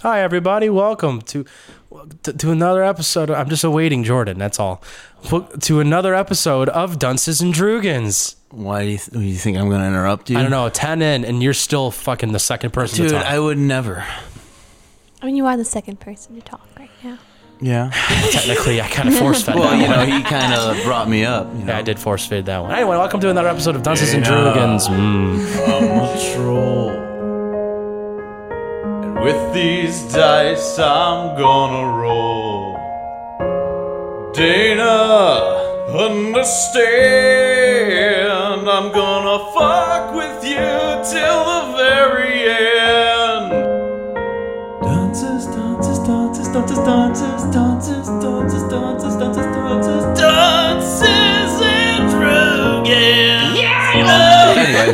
Hi, everybody. Welcome to, to to another episode. I'm just awaiting Jordan. That's all. Wel- To another episode of Dunces and Drugans. Why do you, th- you think I'm going to interrupt you? I don't know. Ten in, and you're still fucking the second person Dude, to talk. I would never. I mean, you are the second person to talk right now. Yeah. Technically, I kind of force fed Well, that you one. know, he kind of brought me up. You know. Yeah, I did force feed that one. Anyway, welcome to another episode of Dunces and Yeah. Drugans. Mm. I'm a troll. And with these dice, I'm gonna roll. Dana, understand. I'm gonna fuck with you till the very end. Dances, dances, dances, dances, dances, dances, dances, dances, dances, dances, dances, and drugans. Oh. Anyway.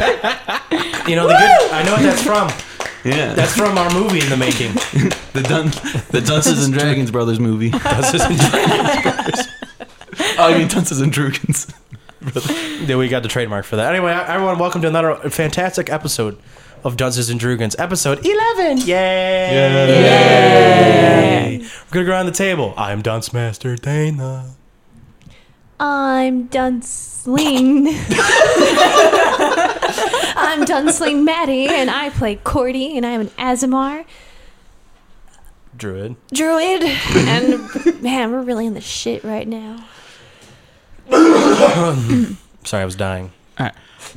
You know, the good, I know what that's from. Yeah, That's from our movie in the making. the Dun- the Dunces and Dragons brothers movie. Dunces and Dragons. I mean Dunces and Dragons. Yeah, we got the trademark for that. Anyway, everyone, welcome to another fantastic episode of Dunces and Drugans, episode 11. Yay! Yay! We're going to go around the table. I'm Dunce Master Dana. I'm Dunsling. I'm Dunsling Maddie, and I play Cordy, and I am an Azimar Druid. druid. And man, we're really in the shit right now. Sorry, I was dying.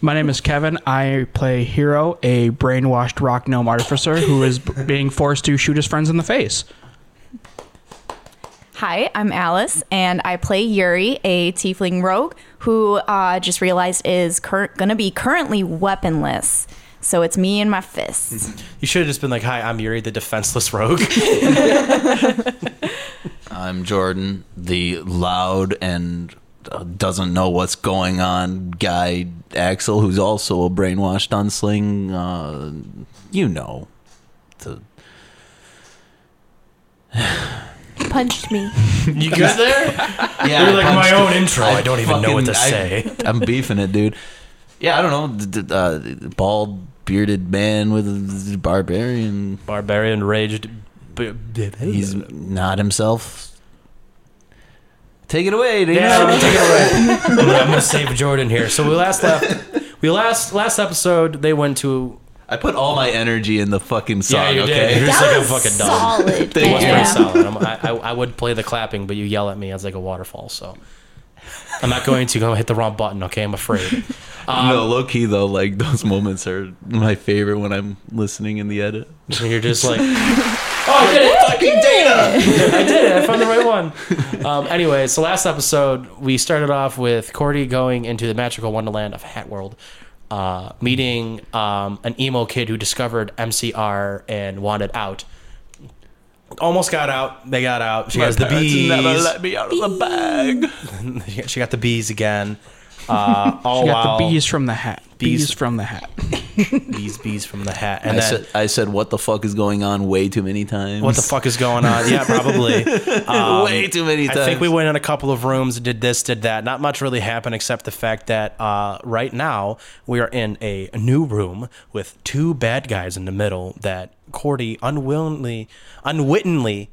My name is Kevin. I play Hero, a brainwashed rock gnome artificer who is b- being forced to shoot his friends in the face. Hi, I'm Alice, and I play Yuri, a tiefling rogue who uh, just realized is cur- gonna be currently weaponless. So it's me and my fists. You should have just been like, hi, I'm Yuri, the defenseless rogue. I'm Jordan, the loud and uh, doesn't know what's going on guy Axel, who's also a brainwashed unsling. Uh, you know, the Punched me. you good there? yeah, You're like I'm my st- own intro. I, don't even know what to fucking- I- say. I'm beefing it, dude. Yeah, I don't know. D- d- uh, bald bearded man with a barbarian. Barbarian raged. b- b- He's not himself. Take it away, dude. Yeah, I'm gonna take it away. I'm gonna save Jordan here. So we last left. We last last episode they went to. I put all my energy in the fucking song. Yeah, you did. okay. You're just That like a was fucking dog. Solid. Thank It was you. pretty Yeah. solid. I'm, I, I I would play the clapping, but you yell at me as like a waterfall. So I'm not going to. I'm gonna hit the wrong button. Okay, I'm afraid. Um, no, low key though, like those moments are my favorite when I'm listening in the edit. And you're just like, oh, I did it, fucking data. I did it. I found the right one. Um, anyway, so last episode we started off with Cordy going into the magical wonderland of Hat World, uh, meeting um, an emo kid who discovered MCR and wanted out. Almost got out. They got out. She has the bees. me out of the bag. she got the bees again. Uh, all You while got the bees from the hat. Bees, Bees. from the hat. bees, bees from the hat, and I then said, I said, what the fuck is going on? Way too many times. what the fuck is going on? Yeah, probably. Way too many times. I think we went in a couple of rooms, did this, did that. Not much really happened except the fact that uh, right now we are in a new room with two bad guys in the middle that Cordy unwillingly, unwittingly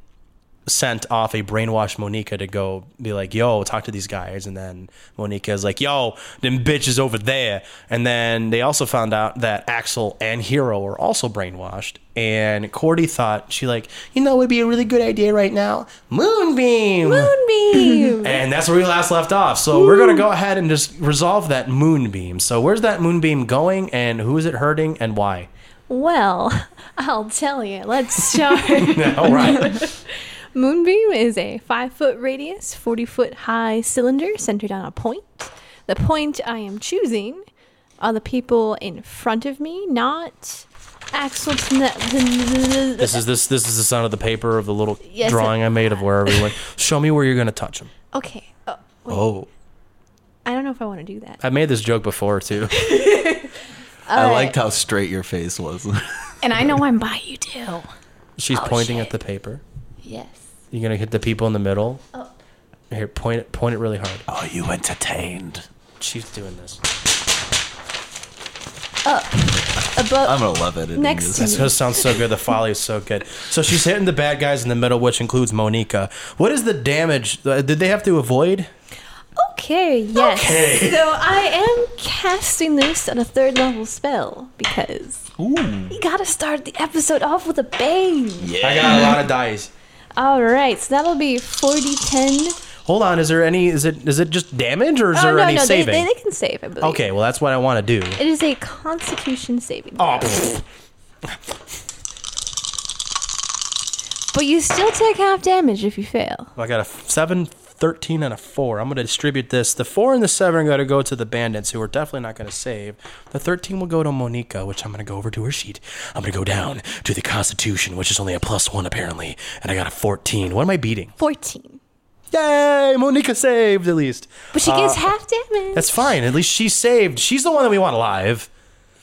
sent off a brainwashed Monica to go be like, yo, talk to these guys. And then Monica is like, yo, them bitches over there. And then they also found out that Axel and Hero were also brainwashed. And Cordy thought, she like, you know, it would be a really good idea right now. Moonbeam. Moonbeam. And that's where we last left off. So we're going to go ahead and just resolve that moonbeam. So where's that moonbeam going and who is it hurting and why? Well, I'll tell you. Let's start. All right. Moonbeam is a five foot radius, 40 foot high cylinder centered on a point. The point I am choosing are the people in front of me, not Axel. this is this this is the sound of the paper of the little Yes, drawing I made of where everyone. Show me where you're going to touch him. Okay. Oh, wait. Oh, I don't know if I want to do that. I made this joke before too. I liked how straight your face was. And I know I'm by you too. She's Oh, pointing at the paper. Yes. You're going to hit the people in the middle. Oh. Here, point it point it really hard. oh, you entertained. She's doing this. A above. I'm gonna love editing Next this. to That's just sounds so good. The folly is so good. So she's hitting the bad guys in the middle, which includes Monica. What is the damage? uh, Did they have to avoid? Okay, yes. So I am casting this on a third level spell because you gotta start the episode off with a bang. I got a lot of dice. All right, so that'll be 40, 10. Hold on. Is there any? Is it? Is it just damage, or is there Oh, no, any no, they, saving? they, they can save, I believe. okay. Well, that's what I want to do. It is a constitution saving. Oh, throw. pfft. But you still take half damage if you fail. I got a f- seven, 13, and a four. I'm gonna distribute this. The four and the seven are gonna go to the bandits, who are definitely not gonna save. The thirteen will go to Monica, which I'm gonna go over to her sheet. I'm gonna go down to the Constitution, which is only a plus one apparently, and I got a fourteen. What am I beating? 14. Yay! Monica saved at least. But she gets half damage. That's fine. At least she saved. She's the one that we want alive.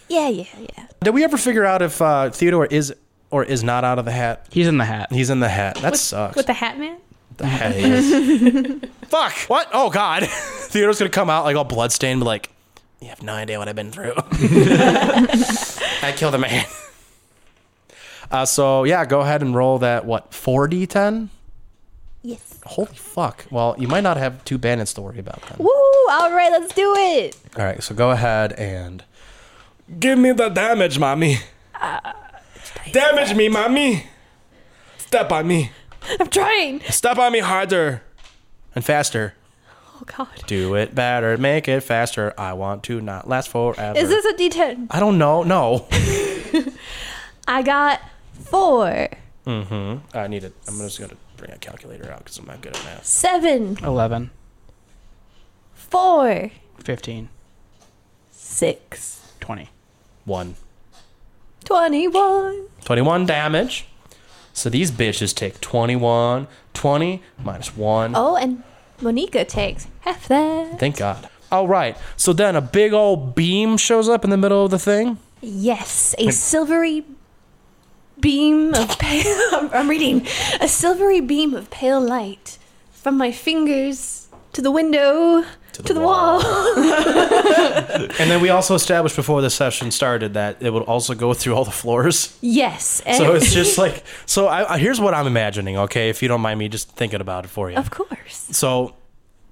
Yeah, yeah, yeah. Did we ever figure out if uh, Theodore is or is not out of the hat? He's in the hat. He's in the hat. That sucks. With the hat man? the hat is. Fuck. What? Oh God. Theodore's gonna come out like all bloodstained, but like, you have no idea what I've been through. I killed a man. Uh, so yeah, go ahead and roll that what four d ten. Yes. Holy fuck! Well, you might not have two bandits to worry about then. Woo! All right, let's do it. All right, so go ahead and give me the damage, mommy. damage me, mommy. Step on me. I'm trying. Step on me harder and faster. Oh, God. Do it better, make it faster. I want to not last forever. Is this a D10? I don't know. No, I got four, I need it. I'm just gonna bring a calculator out because I'm not good at math. seven, 11, four, 15, six, 20. One. 21. 21 damage. So these bitches take 21, 20 minus one. Oh, and Monica takes half that. Thank God. All right. So then a big old beam shows up in the middle of the thing. Yes, Hmm. a silvery beam of pale. I'm- I'm reading. A silvery beam of pale light from my fingers to the window to the, wall. And then we also established before the session started that it would also go through all the floors. yes. And So it's just like so. I, I- here's what I'm imagining. Okay, if you don't mind me just thinking about it for you. Of course. So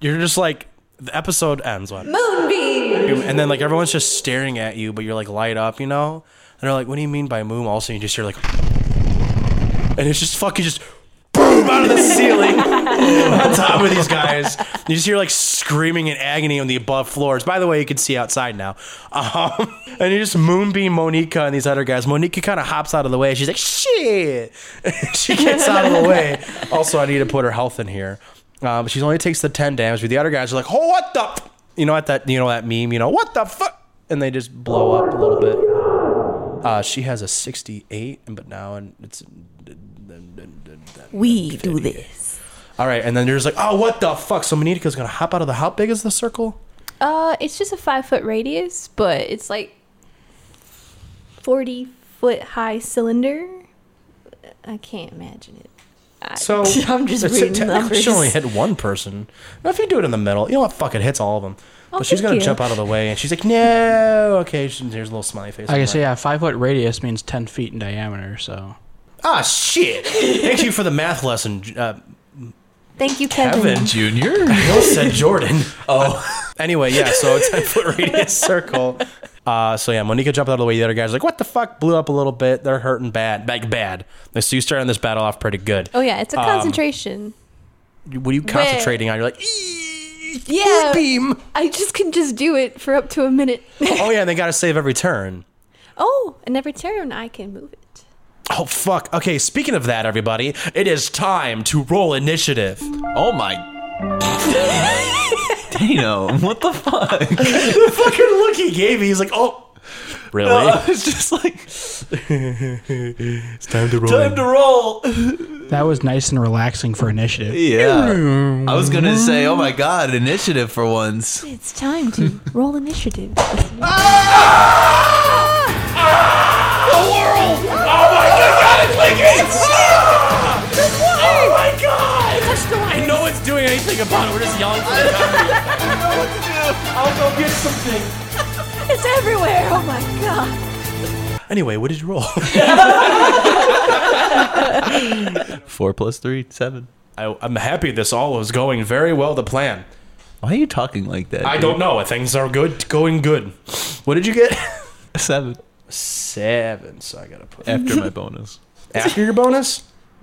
you're just like the episode ends on, Moonbeam! and then like everyone's just staring at you, but you're like light up, you know? And they're like, "What do you mean by moon?" Also, you just hear like, and it's just fucking just. Boom out of the ceiling on top of these guys. You just hear like screaming in agony on the above floors. By the way, you can see outside now. Um, and you just moonbeam Monica and these other guys. Monica kind of hops out of the way. She's like, shit. she gets out of the way. Also, I need to put her health in here. Um, she only takes the 10 damage, but the other guys are like, oh, what the? F-? You know what that, you know that meme, you know, what the fuck? And they just blow up a little bit. Uh, she has a 68, but now and it's We do this. all right. And then they're just like, oh, what the fuck? So Monica's gonna hop out of the. How big is the circle? Uh, it's just a five foot radius, but it's like 40 foot high cylinder. I can't imagine it. I- So I'm just it's- it reading technically numbers. she only hit one person. Now, if you do it in the middle, you know what? Fuck it, hits all of them. But she's Oh, thank gonna you. jump out of the way, and she's like, no. Okay, she, there's a little smiley face. Like I I'm say, yeah, five foot radius means 10 feet in diameter, so. ah, shit. Thank you for the math lesson. Uh, Thank you, Kevin. Junior. Bill said Jordan. Oh. anyway, yeah, so a 10 foot radius circle. Uh, so yeah, Monica jumped out of the way. The other guy's like, what the fuck? Blew up a little bit. They're hurting bad. Like, bad. So you started this battle off pretty good. Oh, yeah, it's a Um, concentration. What are you concentrating on? You're like, Yeah. yeah. beam. I just can just do it for up to a minute. Oh, yeah, and they got to save every turn. oh, and every turn I can move it. Oh, fuck. Okay, speaking of that, everybody, it is time to roll initiative. Oh my. Dano, what the fuck? the fucking look he gave me, he's like, oh. Really? I was just like, It's time to roll. time to roll. That was nice and relaxing for initiative. Yeah. I was gonna say, oh my god, initiative for once. It's time to roll initiative. Oh my god! And no one's doing anything about it. We're just yelling for the time. I'll go get something. It's everywhere. Oh my god. Anyway, what did you roll? Four plus three, seven. I, I'm happy this all is going very well to plan. Why are you talking like that? I dude? don't know. Things are good, going good. What did you get? Seven Seven. So I gotta put after my bonus. after your bonus.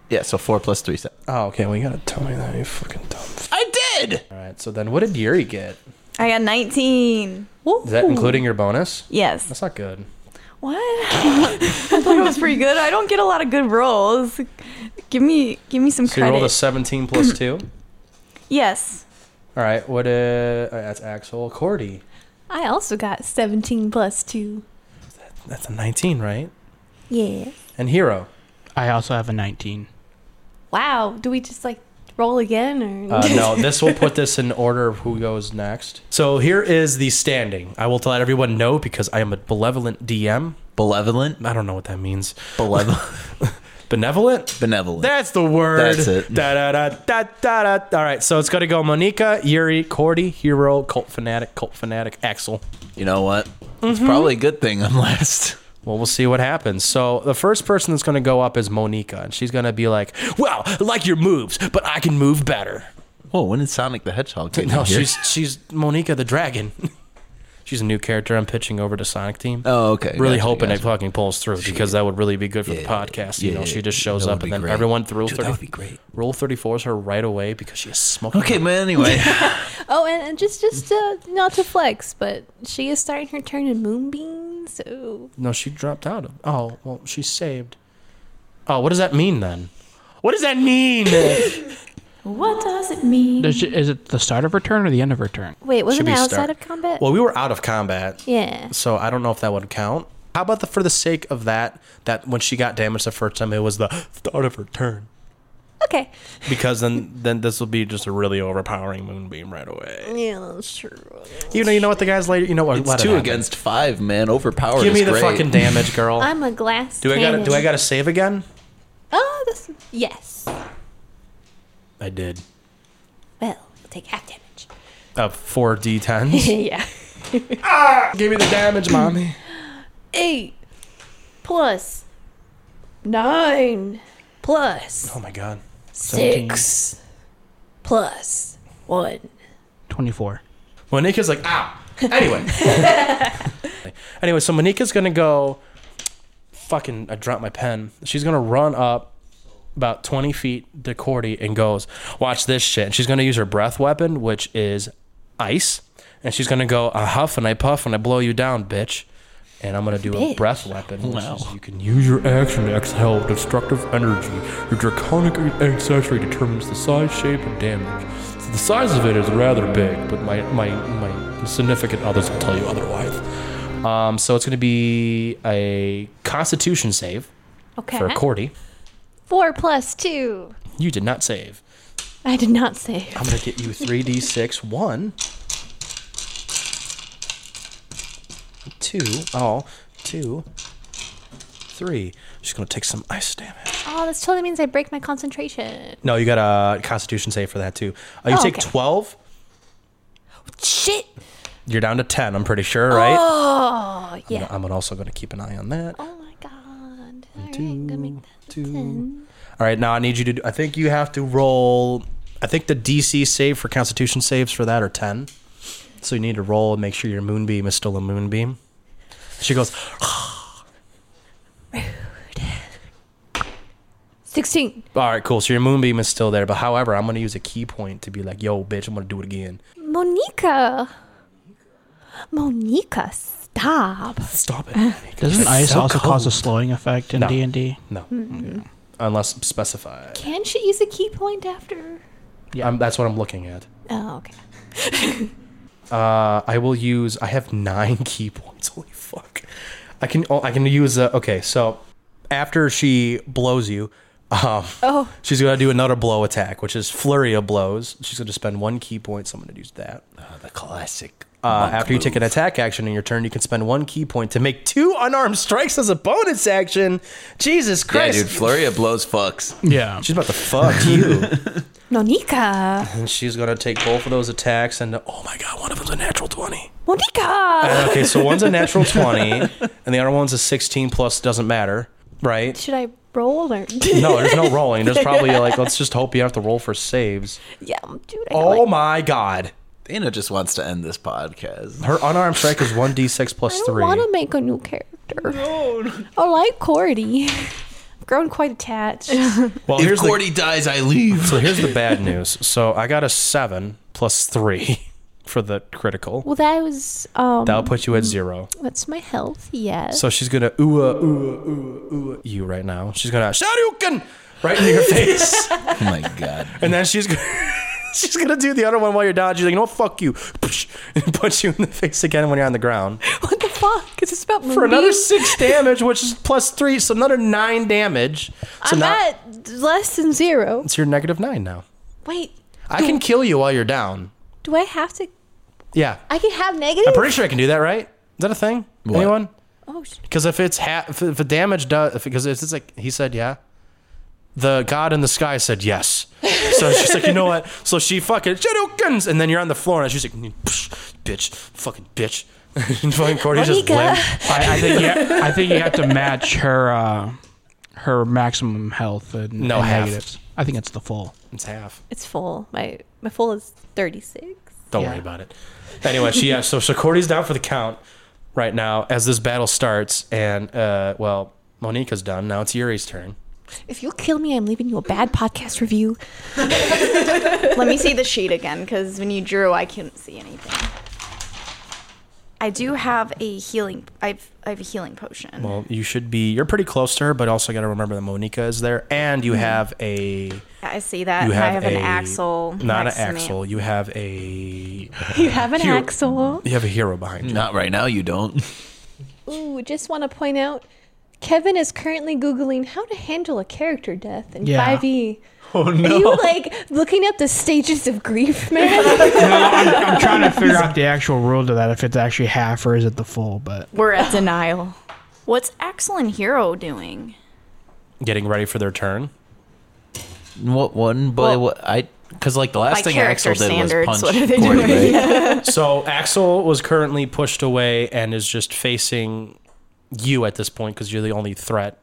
Yeah, so four plus three, seven. Oh, okay. Well, you gotta tell me that you fucking dumb. I did. All right. So then, what did Yuri get? I got 19. Is that including your bonus? Yes. That's not good. What? I thought it was pretty good. I don't get a lot of good rolls. Give me, give me some So you credit. rolled a 17 plus two. yes. All right. What? Uh, all right, that's Axel. Cordy. I also got 17 plus 2. That's a 19, right? Yeah. And Hero. I also have a 19. Wow. Do we just like roll again or? Uh, no, this will put this in order of who goes next. So here is the standing. I will let everyone know because I am a benevolent DM. Malevolent, I don't know what that means. malevolent, Benevolent? benevolent. That's the word. That's it. Da, da, da, da, da, da. All right, so it's going to go Monica, Yuri, Cordy, Hero, Cult Fanatic, Cult Fanatic, Axel. You know what? It's probably a good thing I'm last. Well, we'll see what happens. So the first person that's going to go up is Monica, and she's going to be like, "Wow, I like your moves, but I can move better." Whoa, when did Sonic the Hedgehog get No, in here? she's she's Monica the Dragon. she's a new character I'm pitching over to Sonic Team. Oh, okay. really Gotcha, hoping it gotcha. fucking pulls through because that would really be good for the Yeah, podcast. you yeah, know, yeah, she just shows that would up be and then great. everyone through Dude, that would be great. Rule 34 is her right away because she is smoking. Okay, man. Anyway, oh, and, and just just uh, not to flex, but she is starting her turn in Moonbeam, so No, she dropped out. Of, oh, well, she's saved. Oh, what does that mean then? What does that mean? What does it mean? Does she- is it the start of her turn or the end of her turn? wait, Should wasn't be it outside start- of combat? well, we were out of combat. yeah. So I don't know if that would count. How about the for the sake of that that when she got damaged the first time it was the start of her turn Okay. because then then this will be just a really overpowering moonbeam right away. Yeah, sure. You know you know what the guys later you know what let it's it two happen. against five, man. Overpowered. Give is me the great. fucking damage, girl. I'm a glass. do I got to cannon. do I got to save again? Oh, that's yes. I did. Well, you'll take half damage. Uh, four d10s. yeah. Give me the damage, mommy. Eight plus nine plus Oh my god. six plus one. 24. Monica's like, ow. Anyway. anyway, so Monica's gonna go. Fucking, I dropped my pen. She's gonna run up about 20 feet to Cordy and goes, watch this shit. And she's gonna use her breath weapon, which is ice. And she's gonna go, I huff and I puff and I blow you down, bitch. And I'm gonna do a Bitch. breath weapon. Which Wow. is you can use your action to exhale destructive energy. Your draconic accessory determines the size, shape, and damage. So the size of it is rather big, but my my my significant others will tell you otherwise. Um, so it's gonna be a Constitution save Okay. for Cordy. Four plus two. You did not save. I did not say. I'm gonna get you three d six one, two, oh, two, three. She's gonna take some ice damage. Oh, this totally means I break my concentration. No, you got a Constitution save for that too. Uh, you Oh, take okay. twelve. Shit. You're down to ten. I'm pretty sure, right? Oh, I'm yeah. gonna- I'm also gonna keep an eye on that. Oh my god. All right, I'm gonna make that two. a ten. All right, now I need you to. Do, I think you have to roll. I think the DC save for Constitution saves for that are ten. So you need to roll and make sure your moonbeam is still a moonbeam. She goes, Sixteen. All right, cool. So your moonbeam is still there, but however, I'm gonna use a key point to be like, "Yo, bitch, I'm gonna do it again." Monica. Monica, stop. Stop it. Doesn't ice so also cause a cold. Mm-hmm. slowing effect in No. D&D? No, unless specified. Can she use a key point after? Yeah, I'm, that's what I'm looking at. Oh, okay. Uh, I will use. I have nine key points. Holy fuck! I can. Oh, I can use. Uh, okay, so after she blows you, um, Oh. she's gonna do another blow attack, which is flurry of blows. She's gonna spend one key point, so I'm gonna use that. Oh, the classic. Uh, monk after you take an move. attack action in your turn, you can spend one key point to make two unarmed strikes as a bonus action. Jesus yeah, Christ! dude, Floria blows fucks. Yeah. She's about to fuck you. Monica. and she's gonna take both of those attacks and oh my god, one of them's a natural twenty. Monica! Okay, so one's a natural 20, and the other one's a 16 plus, doesn't matter, right? Should I roll or? No, there's no rolling. There's probably like, let's just hope you have to roll for saves. yeah, dude. I got, Oh like, my god. Dana just wants to end this podcast. Her unarmed strike is 1d6 I plus don't 3. want to make a new character. No. I like Cordy. I've grown quite attached. Well, If here's the, Cordy dies, I leave. so here's the bad news. So I got a 7 plus 3 for the critical. well, that was um. That'll put you at 0. That's my health. Yes. So she's gonna ooh uh, ooh uh, ooh uh, you right now. She's gonna Shoryuken right in your face, oh my god. and then she's gonna she's gonna do the other one while you're dodging. She's like, no, fuck you, Psh, and punch you in the face again when you're on the ground what the fuck? Is this about for another movies? six damage, which is plus three, so another nine damage. So I'm now at less than zero. it's your negative nine now. Wait, I can kill you while you're down. do I have to? Yeah, I can have negative. I'm pretty sure I can do that, right? Is that a thing? What? Anyone? oh, sh- Because if it's ha- if, if the damage does, because it's, it's like he said, yeah. The god in the sky said yes. So she's like, you know what? So she fucking Shadowkins, and then you're on the floor, and she's like, "Psh, bitch, fucking bitch, and fucking Cordy's just Monica. limp. I, I think you, I think you have to match her uh, her maximum health and, No, and half. negatives. I think it's the full. It's half. it's full. My my full is thirty six. Don't Yeah. worry about it. Anyway, she yeah. So so Cordy's down for the count right now as this battle starts, and uh, well, Monica's done. Now it's Yuri's turn. If you'll kill me, I'm leaving you a bad podcast review. Let me see the sheet again because when you drew, I couldn't see anything. I do have a healing. I've I have a healing potion. Well, you should be. You're pretty close to her, but also got to remember that Monica is there, and you have a. I see that. You and have, I have an a- axle. Not an next to me. axle. You have a. You have an Here. axle. You have a hero behind you. Not right now, you don't. Ooh, just want to point out, Kevin is currently googling how to handle a character death in Yeah. 5e. Oh Are you like looking up the stages of grief, man? No, I'm, I'm trying to figure out the actual rule to that. If it's actually half or is it the full? But We're at denial. What's Axel and Hero doing? Getting ready for their turn. What one? But Well, what I because like the last by thing Axel character did was standards, punch what are they Cordy, doing? right? So Axel was currently pushed away and is just facing you at this point because you're the only threat.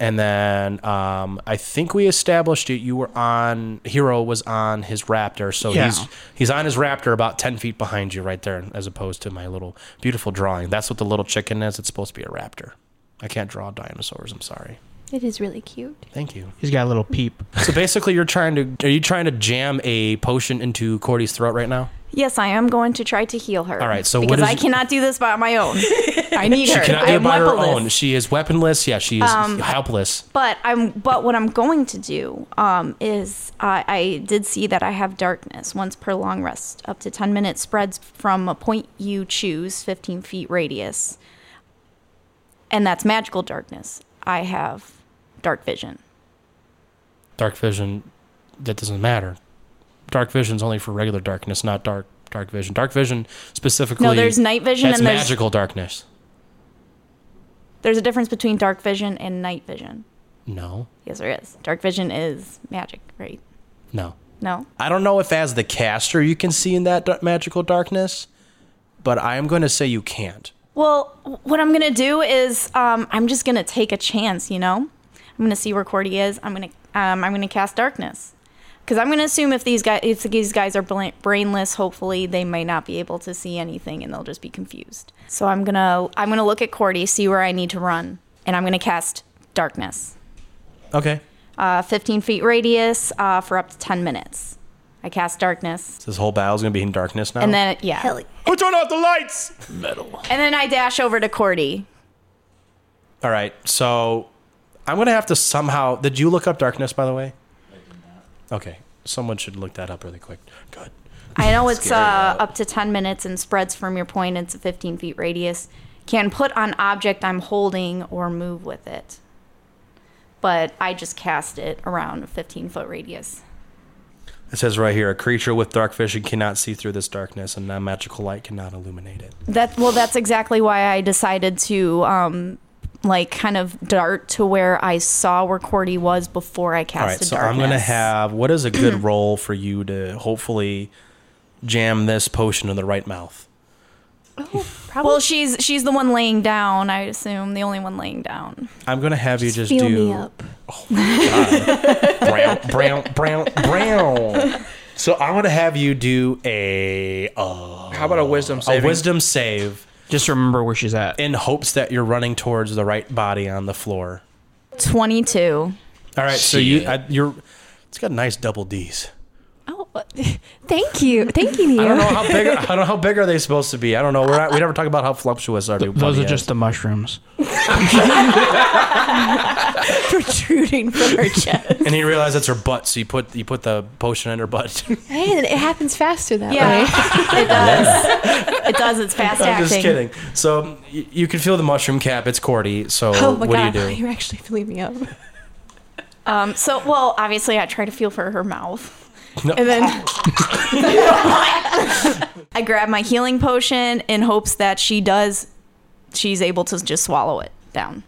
And then um, I think we established it. You were on Hero was on his Raptor, so Yeah. he's he's on his Raptor about ten feet behind you, right there, as opposed to my little beautiful drawing. That's what the little chicken is. It's supposed to be a raptor. I can't draw dinosaurs. I'm sorry. it is really cute. Thank you. he's got a little peep. So basically, you're trying to are you trying to jam a potion into Cordy's throat right now? Yes, I am going to try to heal her. All right, so what because is- I cannot do this by my own. I need her. Cannot I do it am by her weaponless. Um, own. She is weaponless. Yeah, she is helpless. But I'm. But what I'm going to do um, is I I did see that I have darkness once per long rest, up to ten minutes, spreads from a point you choose, fifteen feet radius, and that's magical darkness. I have dark vision. Dark vision. That doesn't matter. Dark vision's only for regular darkness, not dark dark vision. Dark vision specifically. No, there's night vision That's and there's magical darkness. there's a difference between dark vision and night vision. No, Yes, there is. Dark vision is magic, right? no. No. I don't know if as the caster you can see in that dar- magical darkness, but I am going to say you can't. Well, what I'm gonna do is um, I'm just gonna take a chance, you know. I'm gonna see where Cordy is. I'm gonna um, I'm gonna cast darkness because I'm gonna assume if these guys if these guys are bla- brainless, hopefully they might not be able to see anything and they'll just be confused. So I'm gonna I'm gonna look at Cordy, see where I need to run, and I'm gonna cast darkness. Okay. Uh, 15 feet radius uh, for up to 10 minutes. I cast darkness, So this whole battle's going to be in darkness now. and then yeah, Who turned out the lights? and then I dash over to Cordy. All right. So I'm going to have to somehow. Did you look up darkness, by the way? Okay. Someone should look that up really quick. Good. I know it's uh, Scary out. up to 10 minutes and spreads from your point. It's a 15 feet radius. Can put on object I'm holding or move with it. But I just cast it around a 15 foot radius. It says right here a creature with dark vision cannot see through this darkness, and non magical light cannot illuminate it. That well, that's exactly why I decided to um, like kind of dart to where I saw where Cordy was before I All cast right. the So darkness. I'm going to have what is a good roll for you to hopefully jam this potion in the right mouth? Probably. Well, she's she's the one laying down. I assume the only one laying down. I'm gonna have you just feel do me up. brown, brown, brown, brown. So I'm gonna have you do a uh, How about a wisdom a saving? wisdom save Just remember where she's at. in hopes that you're running towards the right body on the floor. Twenty two. All right, so you Shit. I, you're it's got nice double D's. Oh, thank you, thank you, I Neo. don't know how big. I don't know how big are they supposed to be. I don't know. We're not, we never talk about how voluptuous our new Those body are just the mushrooms. protruding from her chest. is. And you realize that's her butt, so you put you put the potion in her butt. Hey, it happens faster that Yeah, way. it does. It does. It's fast I'm acting. just kidding. So y- you can feel the mushroom cap. It's Cordy. So Oh what do you do? are actually filling me up. Um. So well, obviously, I try to feel for her mouth, No. and then I grab my healing potion in hopes that she does. She's able to just swallow it down.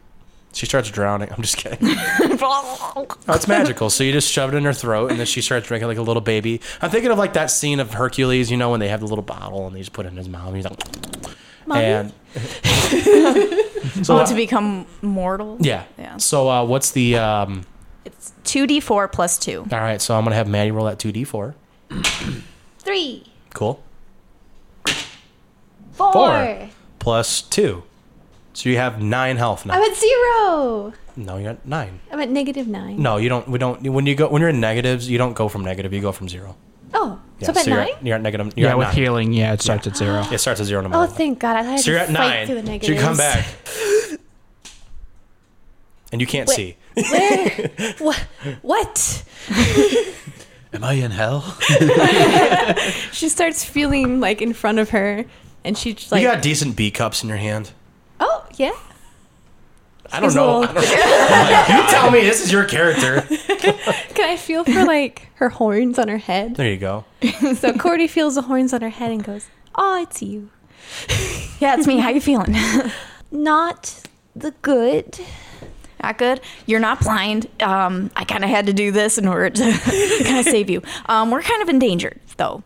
She starts drowning. I'm just kidding. Oh, it's magical. So you just shove it in her throat, and then she starts drinking like a little baby. I'm thinking of like that scene of Hercules, you know, when they have the little bottle and they just put it in his mouth. And he's like, Mommy? and so Oh, to become mortal. yeah, Yeah. So uh, what's the? Um, It's two d four plus two. all right, so I'm gonna have Maddie roll that two d four. Three. Cool. Four. plus two, so you have nine health now. I'm at zero. no, you're at nine. I'm at negative nine. No, you don't. We don't. When you go when you're in negatives, you don't go from negative. You go from zero. Oh, so I'm at you're, nine? at, you're at negative. You're Yeah, at with nine. healing, yeah, it starts at zero. It starts at zero in a Oh, minute. thank God. I had So you're to at fight nine. through the So you negatives. come back. and you can't see. What? what? Am I in hell? She starts feeling like in front of her, and she's like, you got decent B cups in your hand. "Oh yeah, I don't She's know. little- I don't know. you tell me this is your character. can I feel for like her horns on her head?" There you go. So Cordy feels the horns on her head and goes, "Oh, it's you. Yeah, it's me. How you feeling? Not the good." Not good. You're not blind. Um, I kind of had to do this in order to kind of save you. Um, we're kind of endangered, though.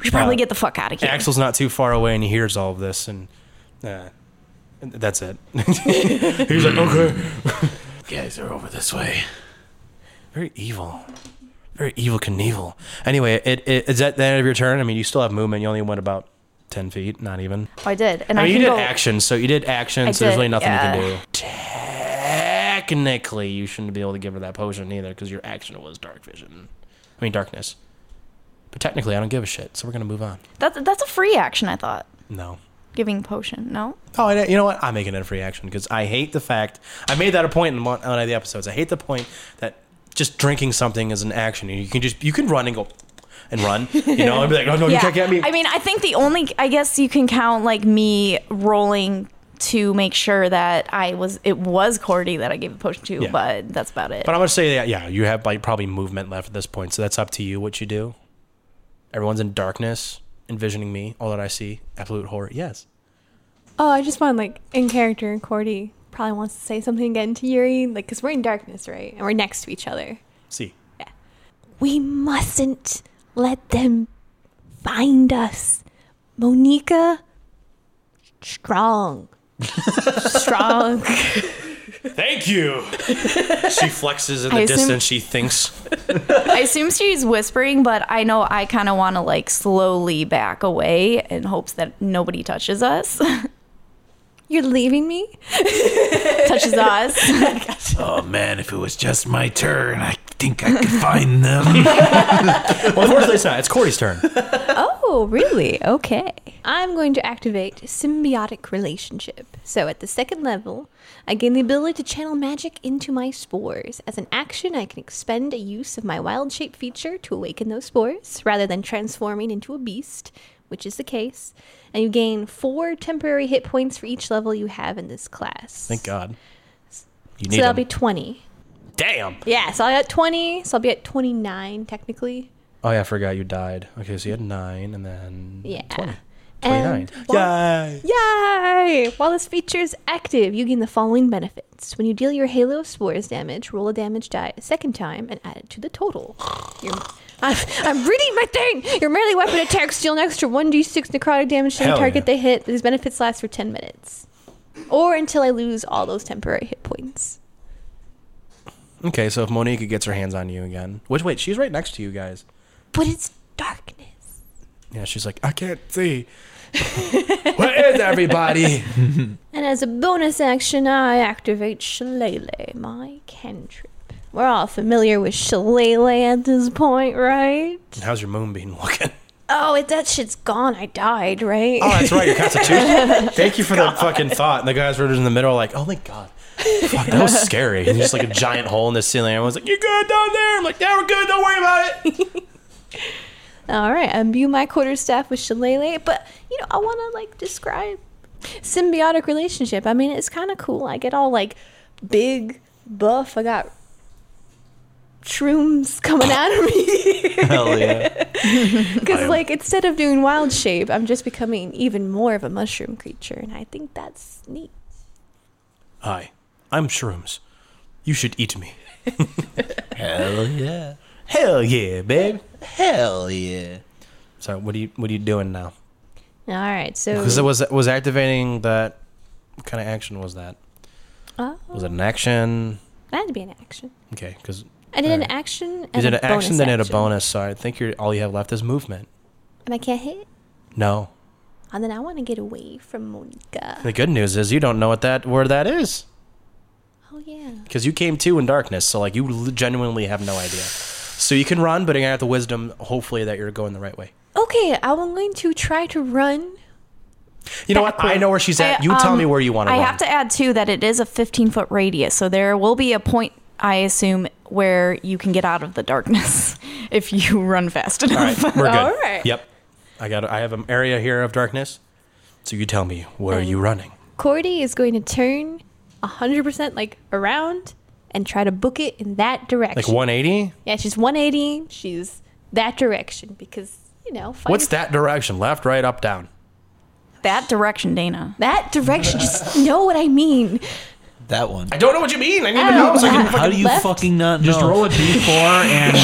We should probably Uh, get the fuck out of here. Axel's not too far away and he hears all of this and uh, and that's it. He's like, okay. Guys are over this way. Very evil. Very evil Knievel. Anyway, it, it, is that the end of your turn? I mean, you still have movement. You only went about 10 feet, not even. I did, and I I, mean, you can did go- action, so you did action, I so there's did, really nothing you yeah. can do. Technically, you shouldn't be able to give her that potion either, because your action was dark vision. I mean, darkness. But technically, I don't give a shit, so we're gonna move on. That's that's a free action. I thought No. giving potion. No, Oh, and you know what? I'm making it a free action because I hate the fact I made that a point in one, on one of the episodes. I hate the point that just drinking something is an action. You can just you can run and go and run, you know, and be like, oh no, you can't get me. I mean, I think the only. I guess you can count like me rolling to make sure that I was. It was Cordy that I gave the potion to, Yeah. but that's about it. But I'm gonna say that yeah, you have like probably movement left at this point, so that's up to you what you do. Everyone's in darkness, envisioning me, all that I see, absolute horror. Yes. Oh, I just want like in character, Cordy probably wants to say something again to Yuri, like because we're in darkness, right? And we're next to each other. See. We mustn't let them find us. Monica, strong. strong. Thank you. she flexes in the I assume- distance, she thinks. I assume she's whispering, but I know I kind of want to like slowly back away in hopes that nobody touches us. You're leaving me? touches us. Oh man, if it was just my turn, I think I could find them. Well unfortunately it's not. It's Cordy's turn. Oh, really? Okay. I'm going to activate symbiotic relationship. So at the second level, I gain the ability to channel magic into my spores. As an action, I can expend a use of my wild shape feature to awaken those spores, rather than transforming into a beast, which is the case. And you gain four temporary hit points for each level you have in this class. Thank God. You So need that'll him. be 20. Damn. Yeah, so I got 20, so I'll be at 29 technically. Oh yeah, I forgot you died. Okay, so you had nine and then Yeah. 20. And 29. Yay. Yay! While this feature is active, you gain the following benefits. When you deal your Halo of Spores damage, roll a damage die a second time and add it to the total. Your I'm, I'm reading my thing. Your melee weapon attacks deal an extra 1d6 necrotic damage to any Hell target yeah. they hit. These benefits last for 10 minutes. Or until I lose all those temporary hit points. Okay, so if Monika gets her hands on you again, which wait, she's right next to you guys. But it's darkness. Yeah, she's like, I can't see. Where is everybody? And as a bonus action, I activate Shillelagh, my cantrip. We're all familiar with Shillelagh at this point, right? How's your moon being looking? Oh, it, that shit's gone. I died, right? Oh, that's right, your constitution. Thank you for the fucking thought. And the guys were just in the middle, like, oh my god, Fuck, that was scary. And just like a giant hole in the ceiling. Everyone's like, you good down there? I'm like, yeah, we're good. Don't worry about it. All right, I imbue my quarterstaff with shillelagh, but you know, I want to like describe symbiotic relationship. I mean, it's kind of cool. I get all like big, buff. I got shrooms coming out of me Hell yeah. because, like, instead of doing wild shape, I'm just becoming even more of a mushroom creature, and I think that's neat. Hi, I'm Shrooms. You should eat me. Hell yeah. Hell yeah, babe. Hell yeah. So what are you what are you doing now? All right, so Because it was was activating that. What kind of action was that? Oh, Was it an action? that'd be an action. Okay, because I did an Alright. action. you And did an a action, bonus then did a action. bonus. So I think you're all you have left is movement. and I can't hit. No, And then I want to get away from Monica. the good news is you don't know what that where that is Oh yeah. because you came to in darkness. So like you l- genuinely have no idea. So you can run, but you have the wisdom, hopefully, that you're going the right way. Okay, I'm going to try to run. You know what? I know where she's at. I, You tell um, me where you want to I run. have to add too that it is a 15 foot radius, so there will be a point I assume where you can get out of the darkness if you run fast All right, enough. we're good. All right. Yep. I got. I have an area here of darkness. So you tell me where are you running? Cordy is going to turn 100% like around and try to book it in that direction. Like 180? Yeah, she's 180. She's that direction because, you know, fight What's or- that direction? Left, right, up, down. that direction, Dana. That direction. Just know what I mean. That one. I don't know what you mean. I need I to don't know. So, I know. can- How do you Oh, left? fucking not know? Just roll a d4 and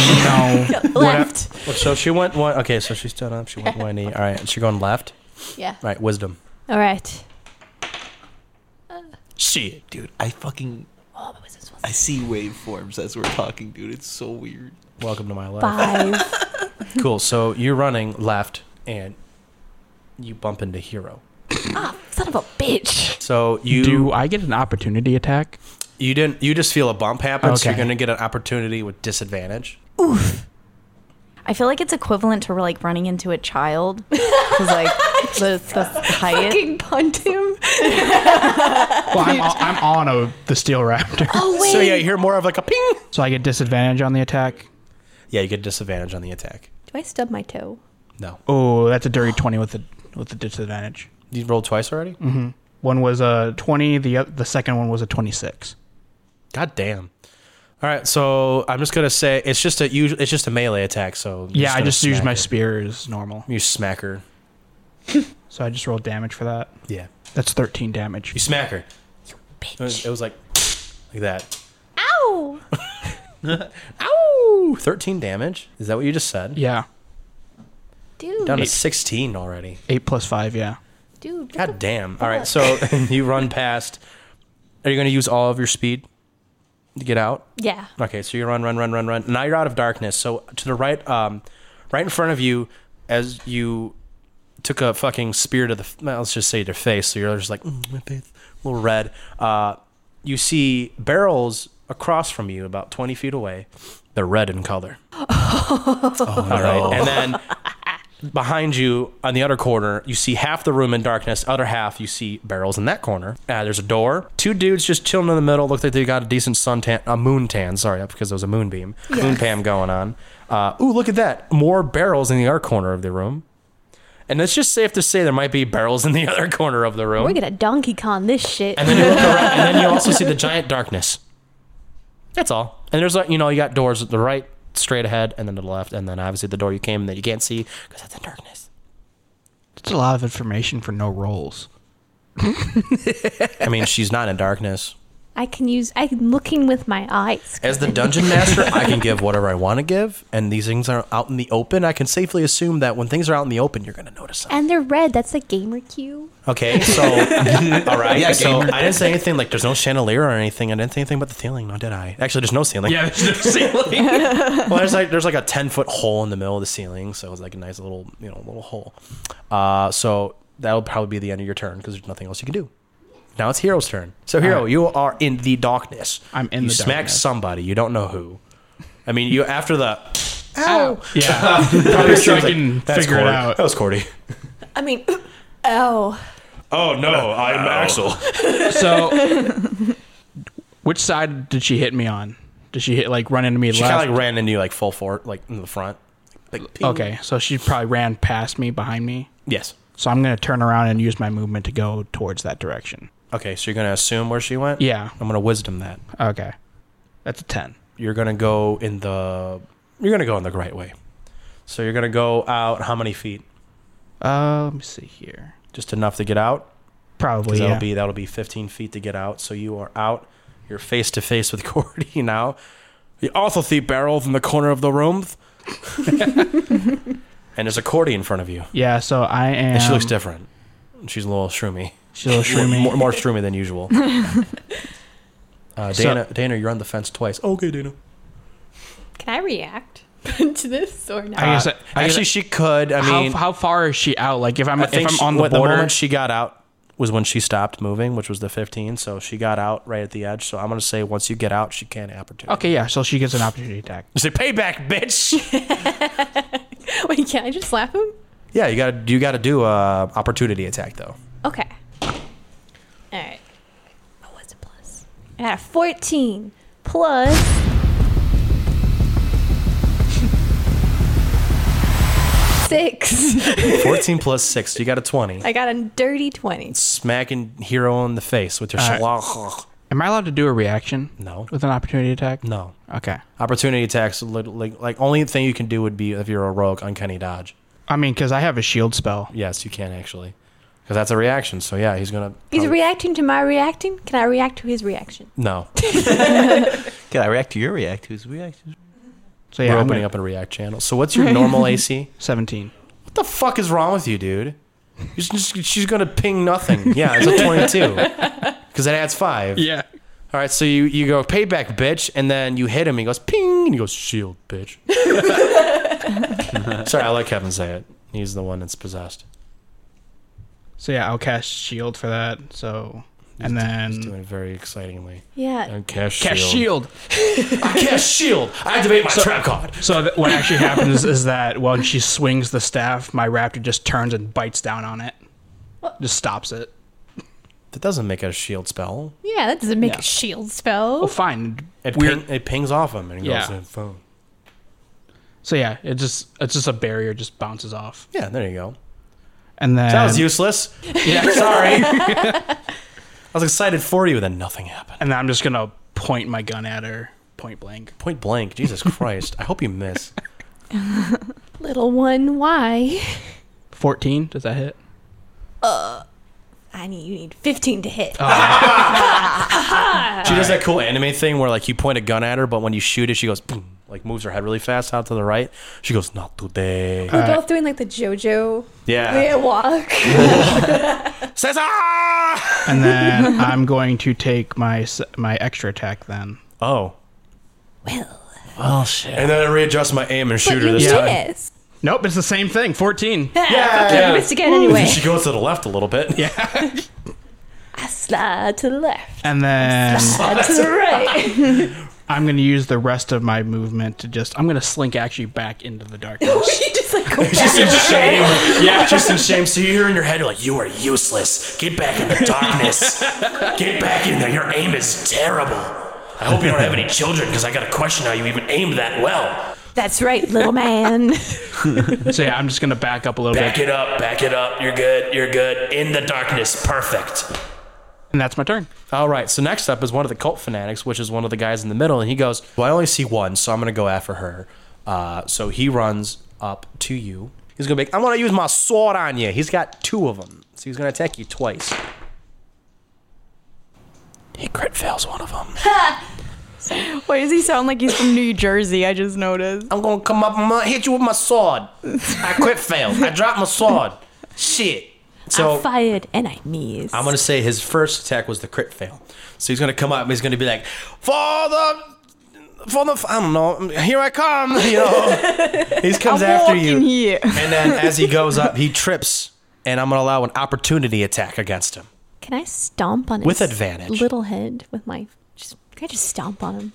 you know. Left. Well, so she went one. Okay, so she stood up. She went 180. All right, and she going left. Yeah. All right, wisdom. All right. Shit. Dude, I fucking. Oh, what was this one? I see waveforms as we're talking, dude. It's so weird. Welcome to my life. Five. Cool. So you're running left, and you bump into Hero. Son of a bitch. So you Do I get an opportunity attack? you didn't you just feel a bump happen, so you're Okay. going to get an opportunity with disadvantage. I feel like it's equivalent to like running into a child. 'Cause, like that's, that's the height. Fucking punt him. Well, I'm, I'm on a, the steel raptor, Oh, wait. So yeah, you hear more of like a ping. so I get disadvantage on the attack. Yeah, you get disadvantage on the attack. Do I stub my toe? No, Oh, that's a dirty twenty with the with the disadvantage. you rolled twice already. Mm-hmm. One was a twenty. The oth- the second one was a twenty-six. God damn. All right, so I'm just gonna say it's just a usual. It's just a melee attack. So you're yeah, I gonna just used smack my her. spear as normal, You smack her. so I just rolled damage for that. Yeah, That's thirteen damage. you smack her. It was, it was like like that. Ow! Ow! Thirteen damage. Is that what you just said? Yeah, Dude. Down to sixteen already. eight plus five. Yeah, Dude. what the God damn. All right, so you run past. Are you gonna use all of your speed to get out? Yeah. Okay, so you run, run, run, run, run. Now you're out of darkness. So to the right, um, right in front of you, as you took a fucking spear to the, well, let's just say their face. So you're just like, mm, my face, a little red. Uh, you see barrels across from you, about 20 feet away. They're red in color. All right, and then behind you on the other corner, you see half the room in darkness. Other half, you see barrels in that corner. Uh, there's a door. Two dudes just chilling in the middle. Look like they got a decent suntan, a moon tan. Sorry, because there was a moonbeam, moon pam going on. Uh, ooh, look at that! More barrels in the other corner of the room. And it's just safe to say there might be barrels in the other corner of the room. We're gonna Donkey Kong this shit. And then you look around, and then you also see the giant darkness. That's all. And there's like you know you got doors at the right, straight ahead, and then to the left, and then obviously the door you came in that you can't see because that's in darkness. it's a lot of information for no rolls. I mean, she's not in darkness. I can use. I'm looking with my eyes. As the dungeon master, I can give whatever I want to give, and these things are out in the open. I can safely assume that when things are out in the open, you're going to notice them. and they're red. That's a gamer cue. Okay, so all right. Yeah, so gamer. I didn't say anything like there's no chandelier or anything. I didn't say anything about the ceiling. No, did I? Actually, there's no ceiling. Yeah, there's no ceiling. well, there's like there's like a ten foot hole in the middle of the ceiling, so it's like a nice little you know little hole. Uh, so that'll probably be the end of your turn because there's nothing else you can do. Now it's Hero's turn. So Hero, Alright. you are in the darkness. I'm in You the smack darkness. somebody. You don't know who. I mean, you after the. Ow. Yeah. Probably so I Like, can "That's figure it Cordy. out. That was Cordy. I mean, oh, Oh no, I'm Axel. So, which side did she hit me on? Did she hit like run into me She kind left? of like ran into you like full fort, like in the front. Like, ping. okay, so she probably ran past me, behind me. Yes. So I'm gonna turn around and use my movement to go towards that direction. Okay, so you're gonna assume where she went. Yeah. I'm gonna wisdom that. Okay, that's a ten. You're gonna go in the. You're gonna go in the right way. So you're gonna go out how many feet? Uh, let me see here. Just enough to get out. Probably. 'Cause Yeah. That'll be that'll be 15 feet to get out. So you are out. You're face to face with Cordy now. You also see Beryl from the corner of the room. and there's a Cordy in front of you. yeah. So I am. And she looks different. She's a little shroomy. She's a little shroomy. More, more shroomy than usual. Uh, So- Oh, Dana, Dana, you're on the fence twice. Okay, Dana. can I react to this or not? I guess. I, I guess Actually, she could. I mean, how, how far is she out? Like if I'm I if I'm think she- on the when- border. moment she got out was when she stopped moving, which was the 15. So she got out right at the edge. So I'm gonna say once you get out, she can't opportunity. okay. Yeah. So she gets an opportunity attack. You say payback, bitch. Uh, Wait, can I just slap him? yeah, you gotta you gotta do a opportunity attack though. Okay. All right. Oh, what's a plus? I got a 14 plus. Six. 14 plus six, you got a 20. I got a dirty 20. Smacking hero in the face with your All right. shallach. Am I allowed to do a reaction No, with an opportunity attack? no. Okay. Opportunity attacks, like, like like only thing you can do would be if you're a rogue, uncanny dodge. I mean, because I have a shield spell. Yes, you can actually, because that's a reaction. So yeah, he's gonna. He's probably- reacting to my reacting. Can I react to his reaction? no. Can I react to your react? Who's react? Who's So yeah, We're I'm opening gonna- up a React channel. So what's your normal AC? seventeen. What the fuck is wrong with you, dude? You're just- she's gonna ping nothing. Yeah, it's a 22 because that adds five. Yeah. All right, so you you go payback, bitch, and then you hit him. He goes ping, and he goes shield, bitch. Sorry, I let Kevin say it. He's the one that's possessed. So yeah, I'll cast shield for that. So and He's then doing it very excitingly. Yeah. And cast shield. cast shield. I cast shield. I activate my trap card. So th- what actually happens is that when she swings the staff, my raptor just turns and bites down on it, just stops it. That doesn't make it a shield spell. Yeah, that doesn't make Yeah. a shield Oh, spell. fine. It, Weird. ping, it pings off him and he Yeah. goes "Uh, phone. So yeah, it just it's just a barrier, just bounces off, Yeah, there you go. and then That was useless. Yeah. Sorry. I was excited for you, then nothing happened. And then I'm just gonna point my gun at her, point blank. Point blank, Jesus Christ. I hope you miss. Little one, why? Fourteen. Does that hit? I need you need 15 to hit. She does that cool anime thing where like you point a gun at her, but when you shoot it, she goes boom, like moves her head really fast out to the right. She goes, Not today. We're both doing like the JoJo yeah. walk. Says ah And then I'm going to take my s- my extra attack then. Oh. Well. Well shit. And then I readjust my aim and shoot her this time. Yes. Nope, it's the same thing. Fourteen. Yeah. You missed again anyway. She goes to the left a little bit. Yeah. I slide to the left. And then Slide to the right. I'm gonna use the rest of my movement to just I'm gonna slink actually back into the darkness. you just like go She's in back. shame. Yeah, she's in shame. So you hear in your head, like, you are useless. Get back in the darkness. Get back in there. Your aim is terrible. I hope you don't have any children because I got a question how you even aim that well. That's right, little man. so yeah, I'm just gonna back up a little Back bit, it up, back it up. You're good, you're good. In the darkness, perfect. and that's my turn. All right, so next up is one of the cult fanatics, which is one of the guys in the middle, and he goes, Well, I only see one, so I'm going to go after her. Uh, so he runs up to you. He's going to be, like, I'm going to use my sword on you. He's got two of them, so he's going to attack you twice. He crit fails one of them. Why does he sound like he's from New Jersey? I just noticed. I'm gonna come up and uh, hit you with my sword. I crit failed. I dropped my sword. Shit. So I fired and I missed. I'm gonna say his first attack was the crit fail. So he's gonna come up and he's gonna be like, for the, for the, I don't know, here I come. You know, he comes after you, walking here. and then as he goes up, he trips, and I'm gonna allow an opportunity attack against him. Can I stomp on With his advantage. little head with my? Just, can I just stomp on him?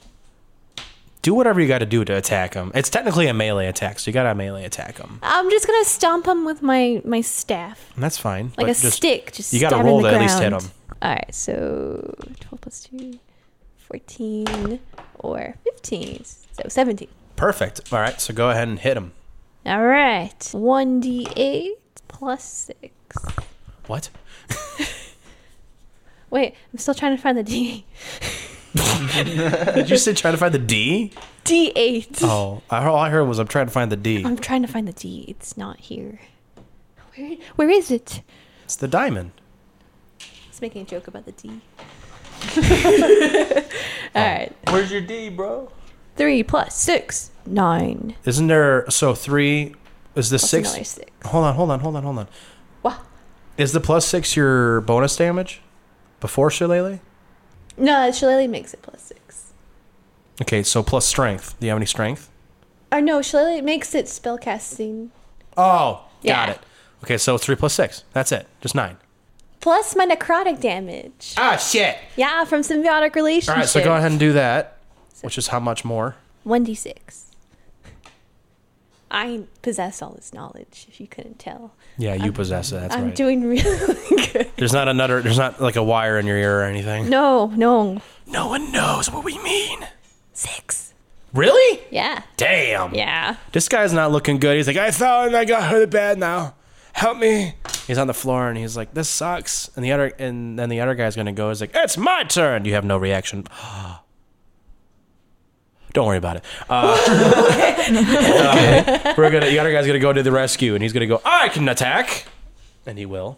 Do whatever you got to do to attack him. It's technically a melee attack, so you gotta melee attack him. I'm just gonna stomp him with my my staff, And that's fine. like but a just- stick. Just you gotta stab in roll the to at least hit ground. him. All right, so 12 plus 2, 14 or 15, so 17. Perfect. All right, so go ahead and hit him. All right, 1d8 plus 6. What? Wait, I'm still trying to find the d Did you say trying to find the D? d8. Oh, I- all I heard was I'm trying to find the D. I'm trying to find the D. It's not here. Where where is it? It's the diamond. I was making a joke about the D. Oh, All right. Where's your D, bro? Three plus six, nine. Isn't there so three? Is the Plus six? another six. Hold on, hold on, hold on, hold on. What? Is the plus six your bonus damage before shillelagh? No, Shillelagh makes it plus six. Okay, so plus strength. Do you have any strength? Or no, Shillelagh makes it spellcasting. Oh, got Yeah. it. Okay, so it's three plus six. That's it. Just nine. Plus my necrotic damage. Ah, shit. Yeah, from symbiotic relationship. All right, so go ahead and do that, which is how much more? 1d6. I possess all this knowledge, if you couldn't tell. Yeah, you possess it. That's I'm right. doing really good. there's not another. There's not like a wire in your ear or anything. No, no. No one knows what we mean. Six. Really? Yeah. Damn. Yeah. This guy's not looking good. He's like, I fell and I got hurt bad now. Help me. He's on the floor and he's like, This sucks. And the other and then the other guy's gonna go, he's like, It's my turn. You have no reaction. Don't worry about it. Uh, uh, we're gonna the other guy's gonna go to the rescue and he's gonna go, I can attack. And he will.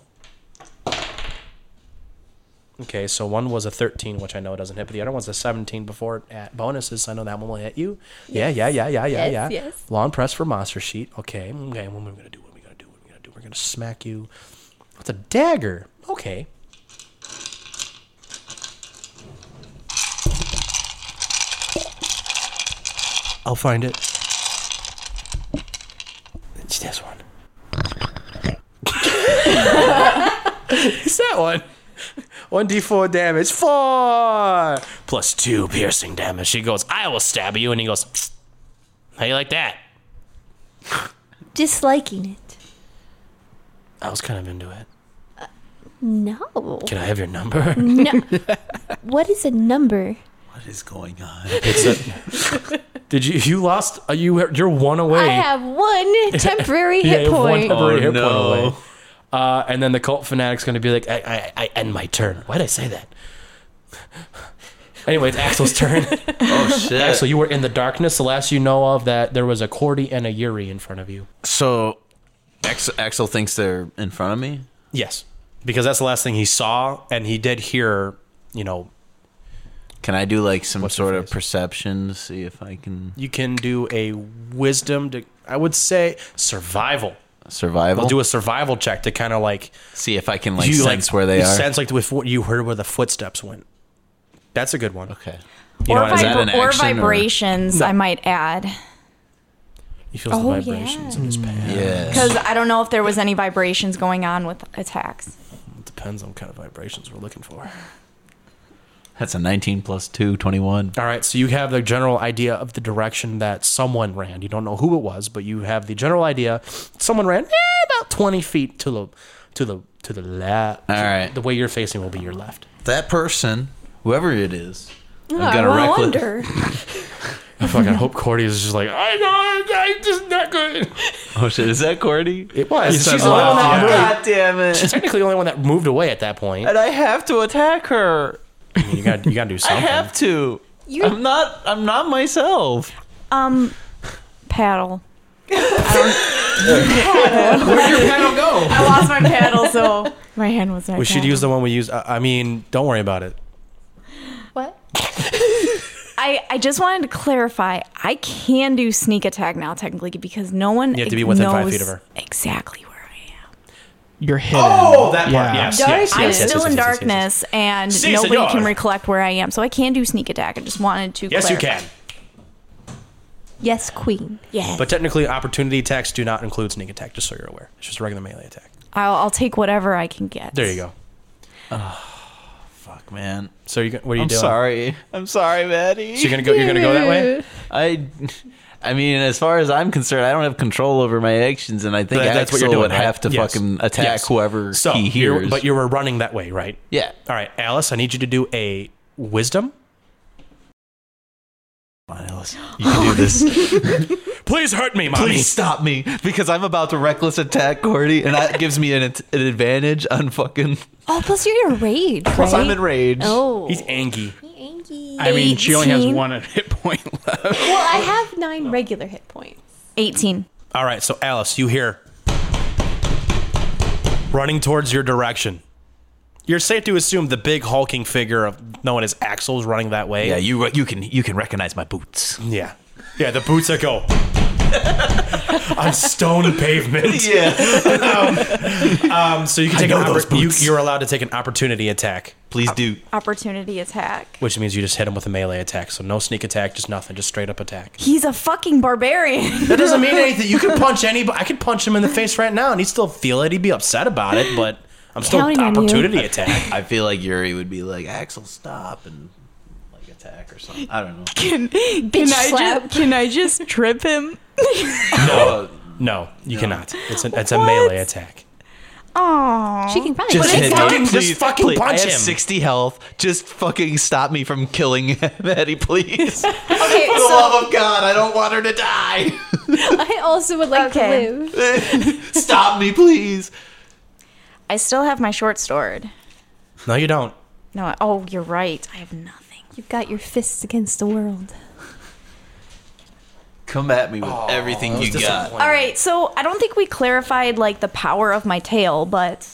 Okay, so one was a 13, which I know doesn't hit, but the other one's a 17 before at bonuses, so I know that one will hit you. Yeah, yeah, yeah, yeah, yeah, Yes, yeah. yes. Long press for monster sheet. Okay, okay, what are we gonna do? What are we gonna do? What are we gonna do? We're gonna smack you. It's a dagger. Okay. I'll find it. It's this one. it's that one. 1d4 damage. 4! Plus 2 piercing damage. She goes, I will stab you. And he goes, "Psst. How you like that? Disliking it. I was kind of into it. No. Can I have your number? What is a number? What is going on? It's a, did you, you lost, uh, you, you're one away. I have one temporary Yeah, hit you have one point. temporary Oh, hit point no. away. Uh, and then the cult fanatic's going to be like, I, I, I end my turn. Why'd I say that? anyway, it's Axel's turn. Oh shit! Axel, you were in the darkness. The last you know of that there was a Cordy and a Yuri in front of you. so, Axel, Axel thinks they're in front of me. Yes, because that's the last thing he saw, and he did hear, you know, Can I do like some What's your sort of face? perception? See if I can you can do a wisdom to, I would say, survival. survival. We'll do a survival check to kind of like see if I can like you sense like where they you are. Sense like if what you heard where the footsteps went. That's a good one. okay. You know, or, what is that vibra- an or action or- vibrations, I might add. He feels Oh, the vibrations yeah. in his pants. Mm, Yeah. Because I don't know if there was any vibrations going on with attacks. It depends on what kind of vibrations we're looking for. That's a 19 plus 2, 21. All right, so you have the general idea of the direction that someone ran. You don't know who it was, but you have the general idea. Someone ran eh, about twenty feet to the to the to the left. All right. the way you're facing will be your left. That person, whoever it is, I'm Ah, I reckless- wonder. I fucking hope Cordy is just like I know I just not good. Oh shit! Is that Cordy? It was. She's the says only one left, that yeah. God moved. damn it. She's technically the only one that moved away at that point. I have to attack her. I mean, you got you got to do I something. have to. Um, I'm not. I'm not myself. Um, paddle. I Where'd your paddle go? I lost my paddle, so my hand was not. we should use the one we used. I, I mean, don't worry about it. I, I just wanted to clarify. I can do sneak attack now, technically, because no one You have to be within five knows feet of her. exactly where I am. You're hidden. Oh, that part, yes. Yes, I'm yes, yes, still yes, in yes, yes, yes, darkness, and Si, nobody senor. can recollect where I am, so I can do sneak attack. I just wanted to. Yes, you clarify. can. Yes, queen. Yes, But technically, opportunity attacks do not include sneak attack, just so you're aware. It's just a regular melee attack. I'll, I'll take whatever I can get. There you go. Fuck, man. So you, go- what are you I'm doing? sorry. I'm sorry, Maddie. So you're gonna go. You're gonna go that way. I, I mean, as far as I'm concerned, I don't have control over my actions, and I think That- that's what you're doing. Would right? have to Yes. fucking attack Yes. whoever So he you're- hears. but you were running that way, right? yeah, All right, Alice. I need you to do a wisdom. Come on, Alice. you can do this. Please hurt me, mommy. Please stop me because I'm about to reckless attack Cordy, and that gives me an, an advantage on fucking. Oh, plus you're in a rage, Plus, right? I'm enraged. Oh. He's angry. I mean, she only has 18. one hit point left. well, I have nine regular hit points. 18. All right, so Alice, you hear running towards your direction. You're safe to assume the big hulking figure of known as Axel's running that way. Yeah, you you can you can recognize my boots. Yeah. Yeah, the boots that go on stone pavement. Yeah, Um, so you can I take an know those oppor- you, boots. you're allowed to take an opportunity attack, please do. Opportunity attack. which means you just hit him with a melee attack. So no sneak attack, just nothing, just straight up attack. He's a fucking barbarian. That doesn't mean anything. You can punch anybody. I could punch him in the face right now, and he'd still feel it. He'd be upset about it, but I'm still Counting on you. opportunity attack. I feel like Yuri would be like Axel, stop and like attack or something. I don't know. can, can, I slap. just, can I just trip him? No, No, you cannot. It's a it's a melee attack. Aww. She can probably Just break hit that. fucking- me, just please, fucking please. punch I have him. 60 health. Just fucking stop me from killing Maddie, please. For Okay, the so love of God, I don't want her to die. I also would like Okay. to live. stop me, please. I still have my short sword. No, you don't. No, I- oh, you're right. I have nothing. You've got your fists against the world. Come at me with everything you got. All right, so I don't think we clarified like the power of my tail, but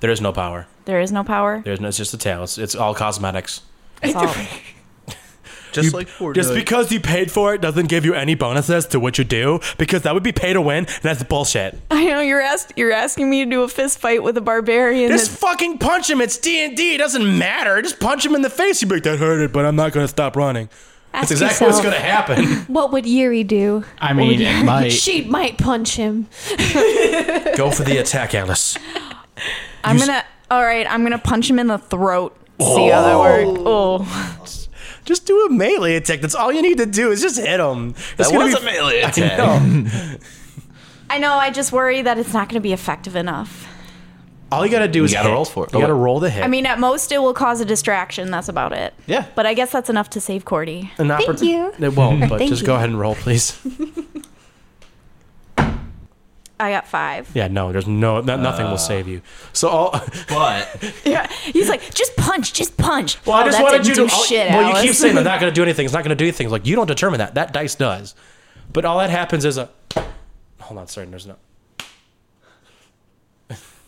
There is no power. there is no power. There's no. It's just a tail. It's, it's all cosmetics. It's all- Just You- just because you paid for it doesn't give you any bonuses to what you do because that would be pay to win. And that's bullshit. I know you're asked. You're asking me to do a fist fight with a barbarian. Just that- fucking punch him. It's D and D. It doesn't matter. Just punch him in the face. You make that hurted, but I'm not gonna stop running. Ask That's exactly what's yourself, gonna happen. What would Yuri do? I Oh, mean, it might. She might punch him. Go for the attack, Alice. I'm gonna. All right, I'm gonna punch him in the throat. See how that works. Oh, Just do a melee attack. That's all you need to do is just hit him. That was a melee attack. I know. I just worry that it's not gonna be effective enough. All you gotta do is gotta hit. roll for it. You gotta roll the hit. I mean, at most it will cause a distraction. That's about it. Yeah. But I guess that's enough to save Cordy. An Thank oppor- you. It won't, but Thank just you. go ahead and roll, please. I got five. Yeah, no, there's no, no nothing Uh. will save you. So all. But Yeah. He's like, just punch, just punch. Well, I Oh, just that wanted you didn't to. do all- shit. well, you Alice. keep saying they're not going to do anything. It's not going to do anything. It's like you don't determine that. That dice does. But all that happens is a. Hold on, sorry. There's no.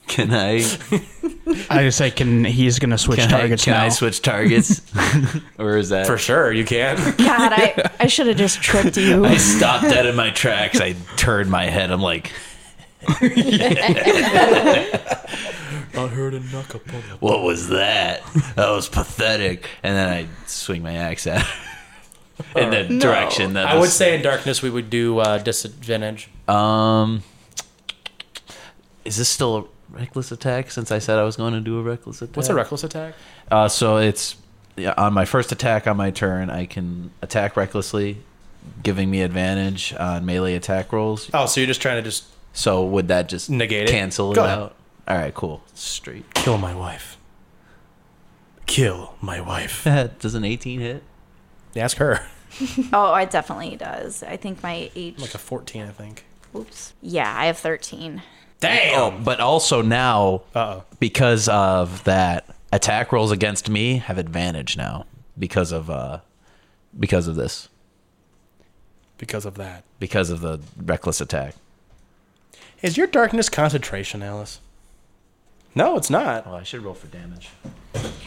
can I I just say, can he's gonna switch can, I, targets can now? I switch targets? or is that For sure, you can. God, I, I should have just tripped you. I stopped dead in my tracks. I turned my head. I'm like, I heard a knuckle pull. what was that? That was pathetic. And then I swing my axe at her in the direction that Uh, I would was- say in darkness we would do uh, disadvantage. Um, is this still a reckless attack? Since I said I was going to do a reckless attack. What's a reckless attack? Uh, so it's yeah, on my first attack on my turn. I can attack recklessly, giving me advantage on melee attack rolls. Oh, so you're just trying to just So would that just Negate it? Cancel it Go ahead. out. All right, cool. Straight. kill my wife. Kill my wife. Does an 18 hit? Uh, Ask her. Oh, it definitely does. I think my age. Like a 14, I think. Oops. Yeah, I have 13. Damn. But also now, Um, Uh-oh. because of that, attack rolls against me have advantage now because of uh, because of this, Because of that. because of the reckless attack. Is your darkness concentration, Alice? No, it's not. Well, I should roll for damage.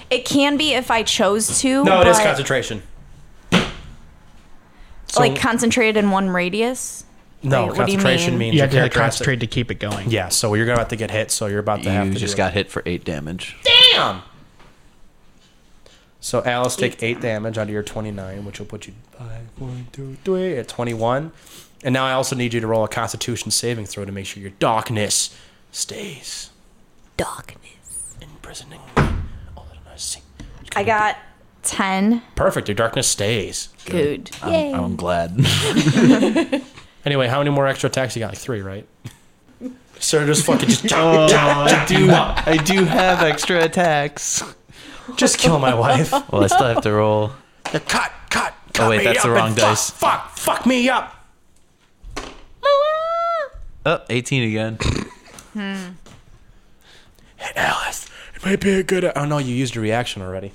It can be if I chose to. No, it is but, concentration. like concentrated in one radius. Wait, No, what do you concentration mean? means You you're have to characteristic- concentrate to keep it going. Yeah, so you're about to get hit, so you're about to have you to just do it. got hit for eight damage. So Alice take eight damage out of your twenty nine, which will put you five, one, two, three at twenty one. And now I also need you to roll a Constitution saving throw to make sure your darkness stays Darkness. imprisoning. me. All that I see. I got ten. Perfect. Your darkness stays. Good. Um, Yay. I'm, I'm glad. Anyway, how many more extra attacks you got? Like three, right? Sir, just fucking just I do. I do have extra attacks. Oh. just kill my wife. Well, I still have to roll. The cut, cut, cut Oh, wait, me that's the up wrong and dice. Fuck, fuck, fuck me up. Oh, 18 again. Alice, it might be a good. Oh no, you used your reaction already.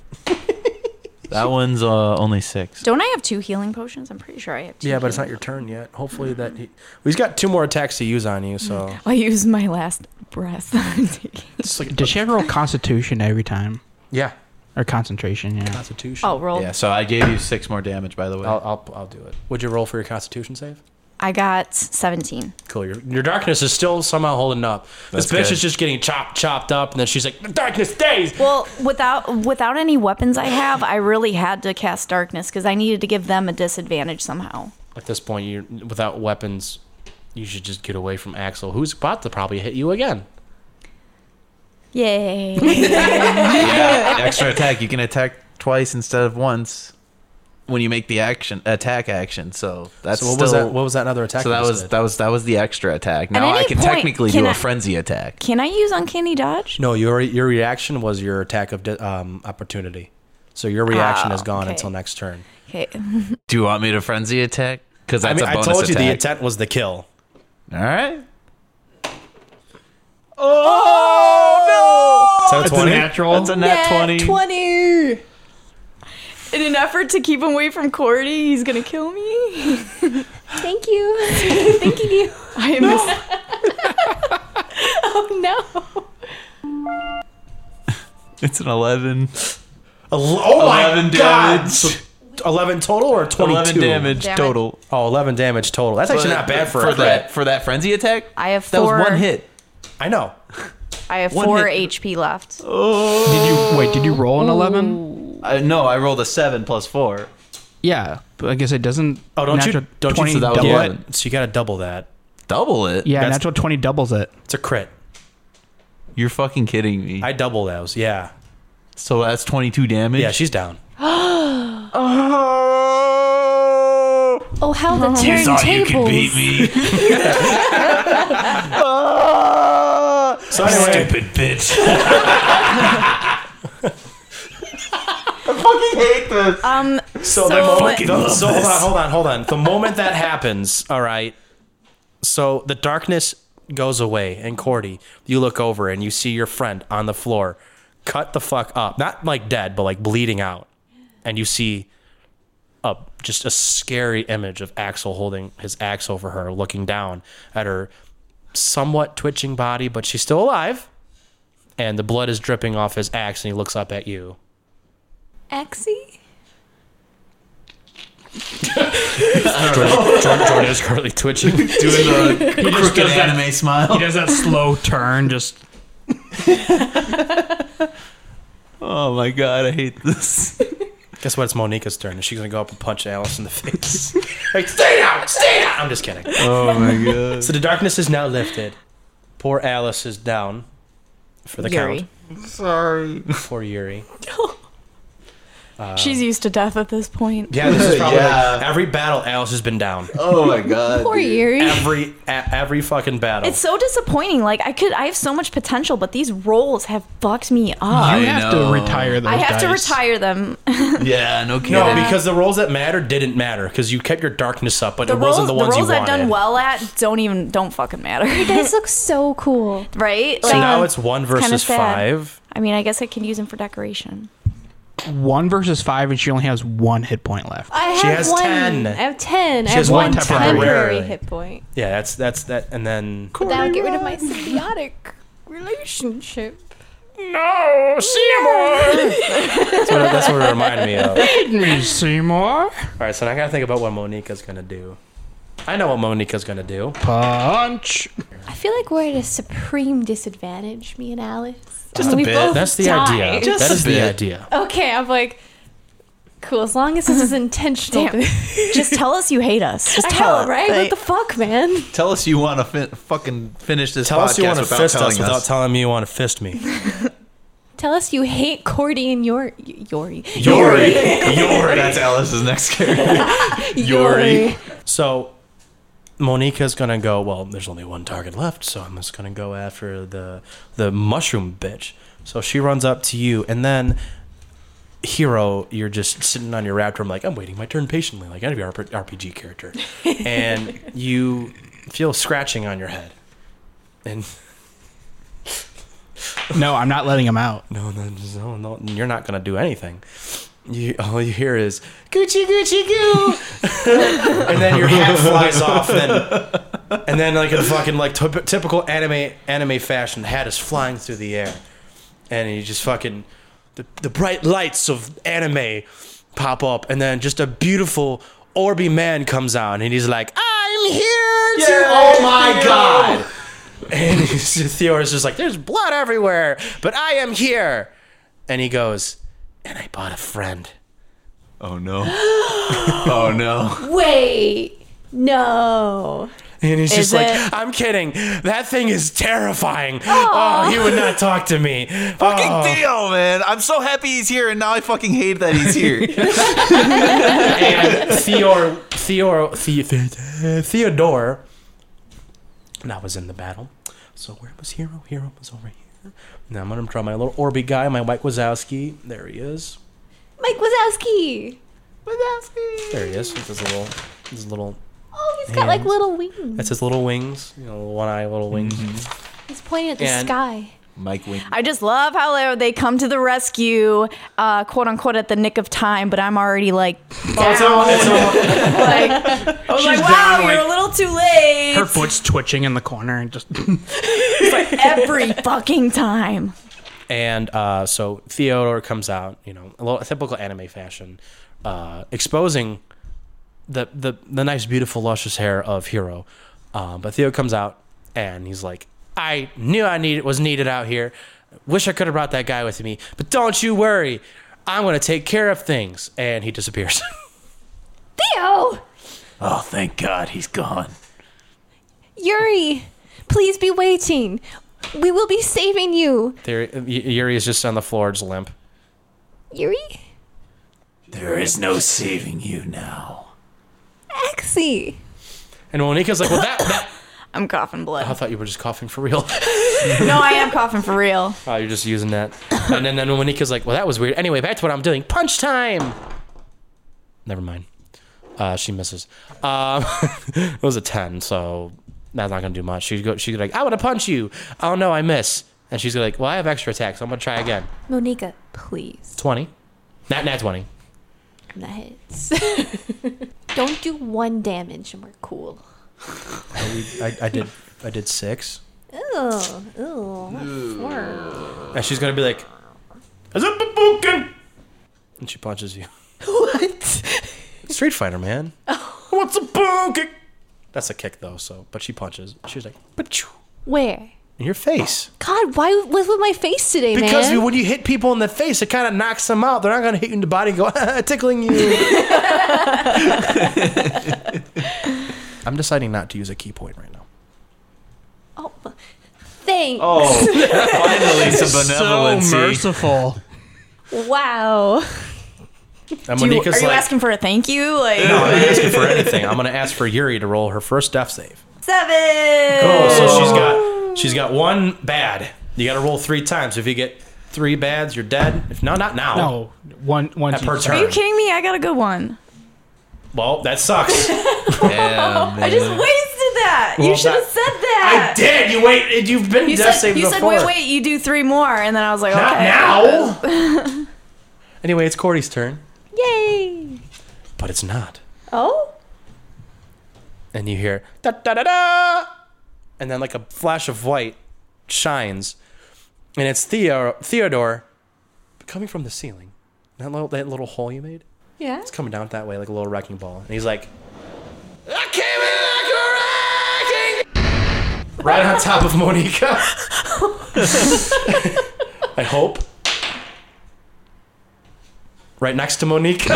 That one's uh, only six. Don't I have two healing potions? I'm pretty sure I have two. Yeah, but it's not your turn yet. Hopefully that he, well, he's got two more attacks to use on you. So I used my last breath. it's like Does she have to roll Constitution every time yeah, or concentration? Yeah. Constitution. oh, roll. Yeah, so I gave you six more damage, by the way. I'll, I'll I'll do it. Would you roll for your Constitution save? I got seventeen. Cool. Your your darkness is still somehow holding up. this bitch good. is just getting chopped chopped up, and then she's like, "The darkness stays." Well, without without any weapons I have, I really had to cast darkness because I needed to give them a disadvantage somehow. At this point, you without weapons, you should just get away from Axel, who's about to probably hit you again. Yay! yeah, extra attack. You can attack twice instead of once when you make the action attack action. So that's So what still, was that? What was that another attack? so that you just was did? that was that was the extra attack. Now I any can point, technically can do a I- frenzy attack. Can I use uncanny dodge? No, your your reaction was your attack of di- um, opportunity. So your reaction Ah, is gone okay. until next turn. Okay. Do you want me to frenzy attack? Because that's I mean, a I bonus told you attack. Oh, the intent was the kill. All right. So twenty. That's a nat twenty. Twenty. In an effort to keep him away from Cordy, he's gonna kill me. Thank you. Thanking you. I am. Mis- Oh no. It's an eleven. Ele- oh my 11 god! damage. So Eleven total or twenty-two? Eleven damage Damn it. total. Oh, 11 damage total. That's actually But not bad for, a for threat. that for that frenzy attack. I have that four. was one hit. I know. I have One four hit. HP left. Did you wait? Did you roll an eleven? I, no, I rolled a seven plus four. Yeah, but like I said, doesn't Oh, don't you? natural Don't twenty you? that was double yeah. it? it? So you got to double that. Double it. Yeah, That's- natural twenty doubles it. It's a crit. You're fucking kidding me. I double those. Yeah. so that's 22 damage. Yeah, she's down. Oh how the turntables. me. So anyway, bitch. Um. so, So, the moment, fucking the- love so hold on, hold on, hold on. The moment that happens, all right. So the darkness goes away, and Cordy, you look over and you see your friend on the floor, cut the fuck up, not like dead, but like bleeding out, and you see a just a scary image of Axel holding his axe over her, looking down at her somewhat twitching body, but she's still alive. And the blood is dripping off his axe, and he looks up at you. Axie. Jordan, Jordan is currently twitching. Doing the crooked does that- anime smile. does that slow turn. Just Oh my god, I hate this. Guess what? It's Monica's turn, and she's gonna go up and punch Alice in the face. like, stay down, stay down. I'm just kidding. Oh my god. So the darkness is now lifted. Poor Alice is down for the Yuri. Sorry. count. Poor Yuri. She's used to death at this point. Yeah, this is probably like- Yeah. every battle. Alice has been down. Oh my god. Poor Yuri. Every a- every fucking battle. It's so disappointing. Like I could, I have so much potential, but these roles have fucked me up. you I have know. to retire those. I have to dice. retire them. Yeah, no kidding. no, because the rolls that matter didn't matter because you kept your darkness up, but The it roles, wasn't the the, ones roles you I've wanted. done well at don't even don't fucking matter, This looks so cool. right? So Like, now um, it's one kinda versus sad. five. I mean, I guess I can use them for decoration. One versus five, and she only has one hit point left. I have She has one. 10. I have ten. I She have has one one temporary, temporary. hit point. Yeah, that's that's that, and then But that'll get rid of my symbiotic relationship. No, Seymour. That's what, that's what it reminded me of. All Feed me, Seymour. right, so now I gotta think about what Monica's gonna do. I know what Monica's gonna do. Punch. I feel like we're at a supreme disadvantage, me and Alice. Just And a we bit. both That's the died. idea. Just that a is the bit. idea. Okay, I'm like, cool. As long as this is intentional, Damn. Just tell us you hate us. Just I know, tell us, right? like- what the fuck, man? Tell us you want to fin- fucking finish this Tell podcast us you want to without fist telling us without telling me you want to fist me. Tell us you hate Cordy and Yor- Yori. Yori. Yori. That's Alice's next character. Yori. So Monica's gonna go. Well, there's only one target left, so I'm just gonna go after the the mushroom bitch. So she runs up to you, and then hero, you're just sitting on your raptor. I'm like, I'm waiting my turn patiently, like any RP- RPG character, and you feel scratching on your head, and No, I'm not letting him out. no, no, no, no, you're not gonna do anything. You, all you hear is Gucci, Gucci, goo, and then your hat flies off. Then, and then like in fucking like typ- typical anime anime fashion, the hat is flying through the air, and you just fucking the, the bright lights of anime pop up, and then just a beautiful Orby man comes out, and he's like, "I'm here to oh my god." And he's- Theo's just like, there's blood everywhere, but I am here. And he goes, and I bought a friend. Oh no. oh no. Wait, no. And he's just Is like, it- I'm kidding. That thing is terrifying. Oh, he would not talk to me. Oh. Fucking deal, man. I'm so happy he's here, and now I fucking hate that he's here. And Theor, Theor, the, Theodore, and I was in the battle. So where was Hero? Hero was over here. Now I'm going to draw my little Orby guy, my Mike Wazowski. There he is. Mike Wazowski. There he is with his little, his little Oh, he's got like Hands. little wings. That's his little wings, you know, one eye, little wings. He's pointing at the And- sky. Mike Wing. I just love how they- they come to the rescue, uh, quote unquote, at the nick of time. But I'm already like, like, I was She's like, wow, down, you're like- a little too late. Her foot's twitching in the corner and just Every fucking time. And uh, so Theodore comes out, you know, a little typical anime fashion, uh, exposing the, the the nice, beautiful, luscious hair of Hero. Um, but Theo comes out and he's like, "I knew I needed was needed out here. Wish I could have brought that guy with me, but don't you worry, I'm gonna take care of things." And he disappears. Theo, Oh thank God he's gone. Yuri, please be waiting. We will be saving you, there, Y- Yuri is just on the floor, just limp. Yuri. There is no saving you now. Axie. And Monica's like, "Well, that, that I'm coughing I blood. thought you were just coughing for real." No, I am coughing for real. Oh, you're just using that. and then, then Monica's like, well, that was weird. Anyway, back to what I'm doing. Punch time! Never mind. Uh, she misses. Um, it was a 10, so that's not going to do much. She's, go, she's like, I want to punch you. Oh, no, I miss. And she's like, well, I have extra attacks. I'm going to try again. Monica, please. 20. Not nat 20. That hits. Don't do one damage and we're cool. I, I did I did six. Oh, ew. Four. And she's going to be like, "Azububuken!" and she punches you. What? Street Fighter, man. Oh. What's a boom kick? That's a kick though. So, but she punches. She's like, "Pachoo," Where? in your face. God, why was with my face today, Because man? when you hit people in the face, it kind of knocks them out. They're not gonna hit you in the body and go "Ah, tickling you. I'm deciding not to use a key point right now. oh, thanks. Oh. Finally, some so benevolency. merciful. Wow. And Do you- are Monica's you like, asking for a thank you? Like, "No, I'm not asking for anything. I'm gonna ask for Yuri to roll her first death save. seven. Oh, so she's got she's got one bad. You got to roll three times. If you get three bads, you're dead. If no, not now. No, one one At per Are turn. you kidding me? I got a good one. Well, that sucks. Yeah, I just wasted that. Well, you should have that- said that. I did. You wait. You've been You death said, saved you said, before. wait, wait, you do three more. And then I was like, Not okay. now. anyway, it's Cordy's turn, Yay. but it's not. Oh? And you hear da da da da, and then like a flash of white shines, and it's Theo- Theodore coming from the ceiling. That little, that little hole you made, Yeah. it's coming down that way like a little wrecking ball. And he's like, I came in like a wrecking Right on top of Monica. I hope. Right next to Monica.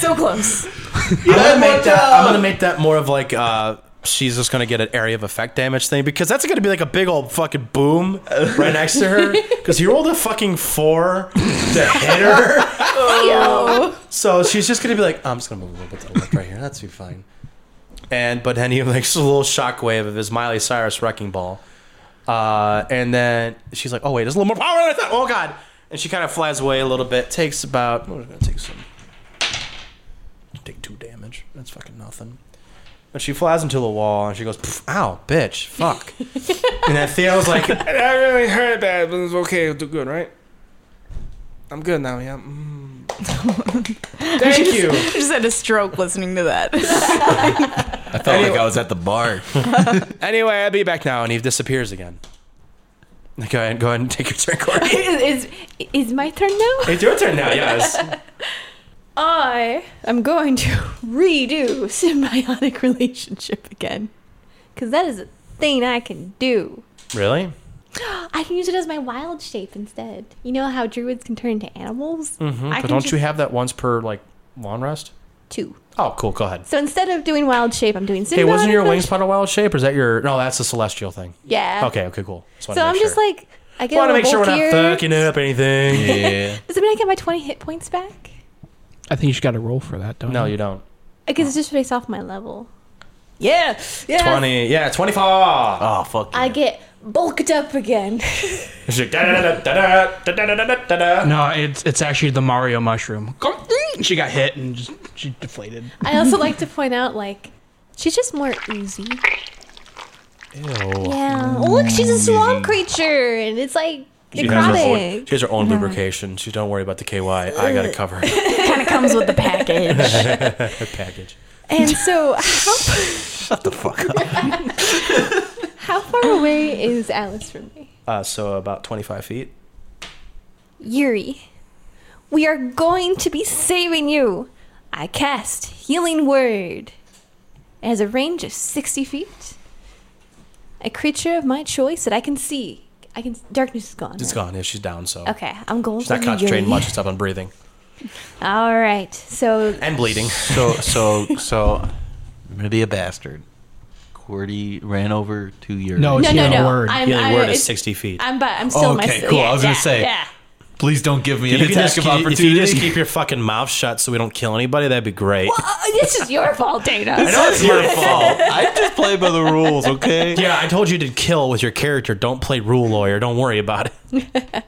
So close. I'm gonna make that. I'm gonna make that more of like uh, she's just gonna get an area of effect damage thing because that's gonna be like a big old fucking boom right next to her because you rolled a fucking four to hit her. Yo. So she's just gonna be like, I'm just gonna move a little bit to the left right here. That's be fine. And but then he makes a little shockwave of his Miley Cyrus wrecking ball, uh, and then she's like, Oh wait, there's a little more power than I thought. Oh god! And she kind of flies away a little bit. Takes about. We're gonna take some. Take two damage. That's fucking nothing. And she flies into the wall and she goes, "Pff, "Ow, bitch, fuck!" and then Theo's like, That really hurt bad, but it's okay. It'll do good, right? I'm good now, yeah. Mm. Thank you. I just had a stroke listening to that. I felt like I was at the bar. "Anyway, I'll be back now," and he disappears again. Go ahead, go ahead and take your turn, Corey. is, is is my turn now? It's your turn now. Yes. I am going to redo symbiotic relationship again. Because that is a thing I can do. Really? I can use it as my wild shape instead. You know how druids can turn into animals? Mm-hmm. I But can don't just- you have that once per like long rest? Two. Oh, cool. Go ahead. So instead of doing wild shape, I'm doing symbiotic. Hey, wasn't your relationship- wingspot a wild shape, or is that your? No, that's a celestial thing. Yeah. Okay. Okay. Cool. So I'm just like, I get want a to make sure little we're not bulkier. fucking up anything. Yeah. Does it mean I get my 20 hit points back? I think you just got to roll for that, don't No, you? you don't. Because it's just based off my level. yeah. Yeah. Twenty. Eh, Yeah, twenty-four. Oh fuck. I get bulked up again. It's like, da-da-da-da-da, da-da-da-da-da-da. No, it's it's actually the Mario mushroom. She got hit and just she deflated. I also like to point out, like, she's just more oozy. Ew. Yeah. Oh, look, she's a swamp creature, and it's like She has, her own, necrotic. she has her own lubrication. She don't worry about the KY. I got it covered. Kind of comes with the package. Her package. And so, how, Shut the fuck up. how far away is Alice from me? Uh, so about twenty-five feet. Yuri, we are going to be saving you. I cast Healing Word. It has a range of 60 feet. A creature of my choice that I can see. I can. Darkness is gone. It's right? gone. Yeah, she's down. So Okay, I'm going she's for not concentrating Yuri. much. She's up on breathing All right, so and bleeding. So So, so I'm gonna be a bastard. Cordy ran over to your. No, it's no, no, healing no. word. I'm, The I, other word is it's- sixty feet. I'm, but I'm still my. okay, sil- cool. yeah, I was gonna yeah, say. yeah. please don't give me an If you, attack just of keep, if you opportunity. just keep your fucking mouth shut so we don't kill anybody, that'd be great. Uh, this is your fault, Dana. I know it's your fault. I just play by the rules, okay? Yeah, I told you to kill with your character. Don't play rule lawyer. Don't worry about it.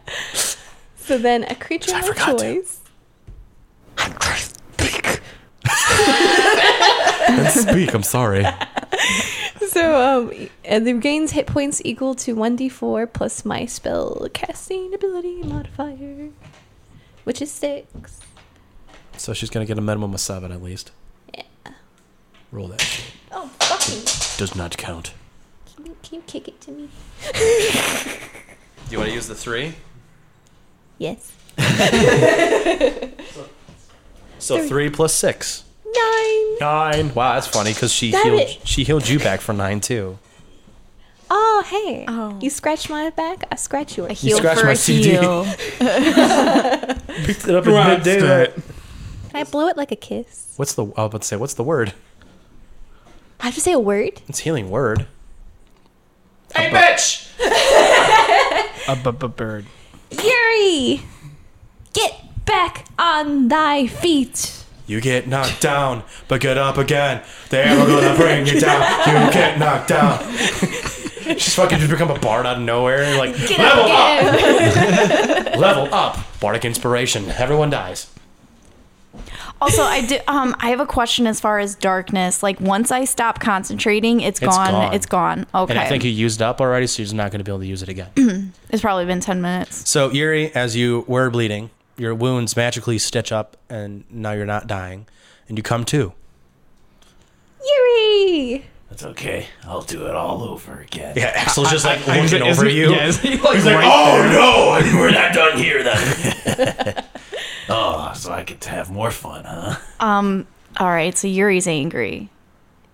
So then, a creature of my forgot to. choice. Speak. I'm sorry. So um, and it gains hit points equal to one d four plus my spell casting ability modifier, which is six. So she's gonna get a minimum of seven at least. Yeah. Roll that. shit. Oh fucking! Does not count. Can you, can you kick it to me? Do you want to use the three? Yes. So Three. three plus six. Nine. Nine. Wow, that's funny because she Damn healed. it. She healed you back for nine too. Oh hey! Oh. You scratch my back, I scratch yours. Heal scratched for my a CD. heal. Picked it up in midday. Can I blow it like a kiss? What's the? I was about to say, what's the word? I have to say a word. It's healing word. Hey, bitch! A bu- bu- bird. Yuri, get back on thy feet. You get knocked down, but get up again. They're gonna bring you down. You get knocked down. She's fucking just become a bard out of nowhere. Like Get level up, up again. level up. Bardic inspiration. Everyone dies. Also, I do. Um, I have a question as far as darkness. Like, once I stop concentrating, It's gone. It's gone. Okay. And I think you used up already, so you're just not gonna be able to use it again. it's probably been ten minutes. So Yuri, as you were bleeding, your wounds magically stitch up, and now you're not dying. and you come to. Yuri! That's okay. I'll do it all over again. Yeah, Axel's just like I- looking isn't- over isn't- you. yeah, isn't he, like, He's like, right there? oh no, we're not done here then. oh, so I could have more fun, huh? Um, all right, so Yuri's angry.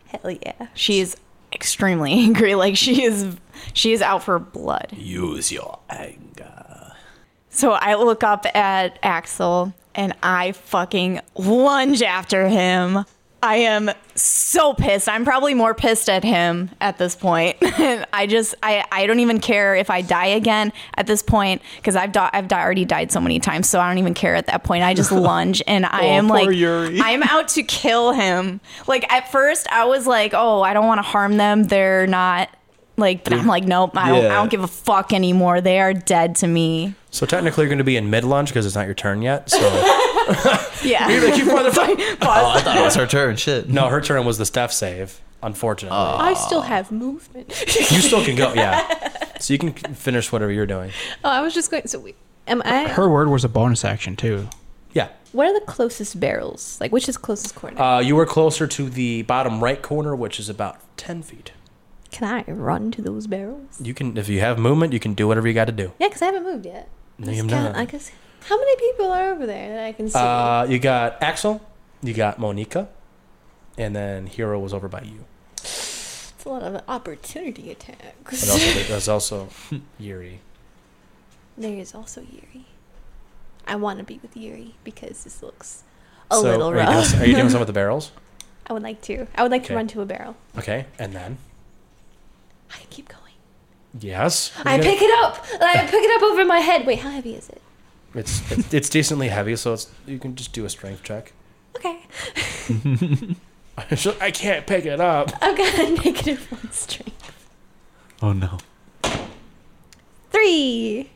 Hell yeah. She is extremely angry. Like she is she is out for blood. Use your anger. So I look up at Axel and I fucking lunge after him. I am so pissed. I'm probably more pissed at him at this point. And I just I I don't even care if I die again at this point because I've di- I've di- already died so many times. So I don't even care at that point. I just lunge and I am Oh, poor like Yuri. I'm out to kill him. Like at first I was like, "Oh, I don't want to harm them. They're not like but I'm like, "Nope, I don't, I Yeah. don't give a fuck anymore. They are dead to me." So technically, you're going to be in mid lunch because it's not your turn yet. So Yeah. you motherfucker. Oh, I thought it was her turn. Shit. No, her turn was the Steph save. Unfortunately, I still have movement. you still can go. Yeah, so you can finish whatever you're doing. oh, I was just going. So, wait, am I. Her word was a bonus action too. Yeah, What are the closest barrels? Like, which is closest corner? uh, you were closer to the bottom right corner, which is about ten feet. can I run to those barrels? You can, if you have movement, you can do whatever you got to do. Yeah, because I haven't moved yet. No, Just you're kinda- not. I guess. How many people are over there that I can see? Uh, you got Axel, you got Monica, and then Hero was over by you. it's a lot of opportunity attacks. But also, there's also Yuri. There is also Yuri. I want to be with Yuri because this looks a so little are you, doing, rough. are you doing something with the barrels? I would like to. I would like Okay. to run to a barrel. Okay, and then I can keep going. yes, I You got- pick it up. and I pick it up over my head. Wait, how heavy is it? It's, it's it's decently heavy, so it's you can just do a strength check. Okay. She's like, I can't pick it up. I've got a negative one strength. Oh no. Three.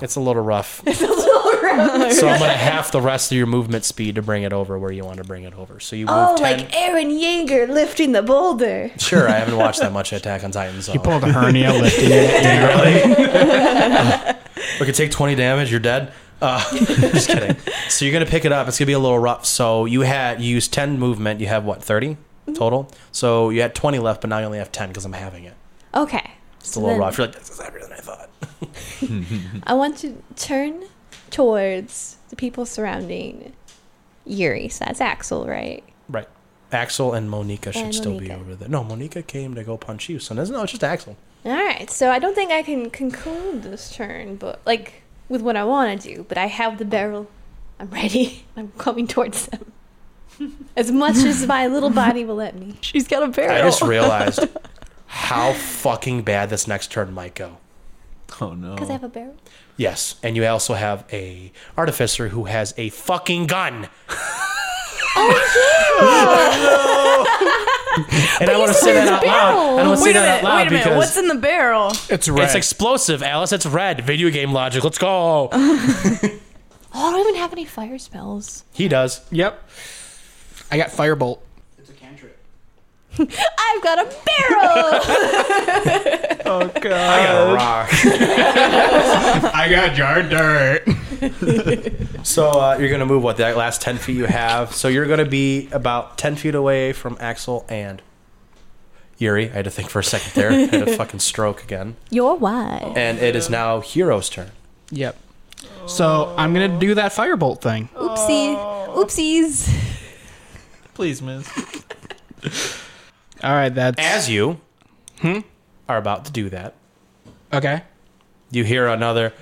It's a little rough, It's a little rough. so I'm gonna half the rest of your movement speed to bring it over where you want to bring it over. So you move Oh, ten. like Aaron Yeager lifting the boulder. sure, I haven't watched that much Attack on Titan, so He pulled a hernia, lifting it. we could take 20 damage. You're dead. Uh, just kidding. So you're gonna pick it up. It's gonna be a little rough. So you had you used 10 movement. You have what 30 Mm-hmm. total. So you had 20 left, but now you only have 10 because I'm having it. Okay. It's a little rough. You're like this is heavier than I thought. I want to turn towards the people surrounding Yuri. So that's Axel, right? Right. Axel and Monica should And still be Monica. over there. No, Monica came to go punch you. So no, no, it's just Axel. All right. So I don't think I can conclude this turn, but like with what I want to do. But I have the barrel. I'm ready. I'm coming towards them. As much as my little body will let me. She's got a barrel. I just realized how fucking bad this next turn might go. Oh no. Because I have a barrel. Yes, and you also have a artificer who has a fucking gun. oh And I want to say that out loud. I don't want to say Wait a minute, that out loud wait a minute. because What's in the barrel? It's it's red. explosive, Alice. It's red. Video game logic. Let's go. Oh, I don't even have any fire spells. He does. yep. I got firebolt. It's a cantrip. I've got a barrel. Oh god. Uh, I got jar dirt. So uh, you're gonna move what that last ten feet you have. So you're gonna be about ten feet away from Axel and Yuri. I had to think for a second there. I had a fucking stroke again. You're wise. And it is now Hero's turn. Yep. So I'm gonna do that firebolt thing. Oopsie. Oh. Oopsies. Please, miss. All right, that's As you hmm, are about to do that, okay. you hear another.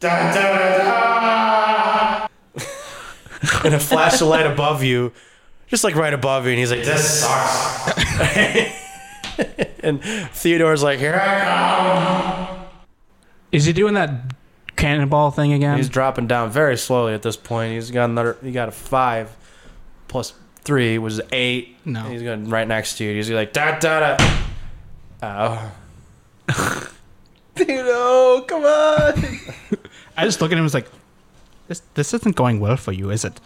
and a flash of light above you, just like right above you, and he's like, "This sucks." and Theodore's like, "Here I come." Is he doing that cannonball thing again? He's dropping down very slowly at this point. He's got another. He got a five plus three, which is eight. No. And he's going right next to you. He's like da da da. Oh, Dude, oh, come on. I just look at him. and was like, this this isn't going well for you, is it?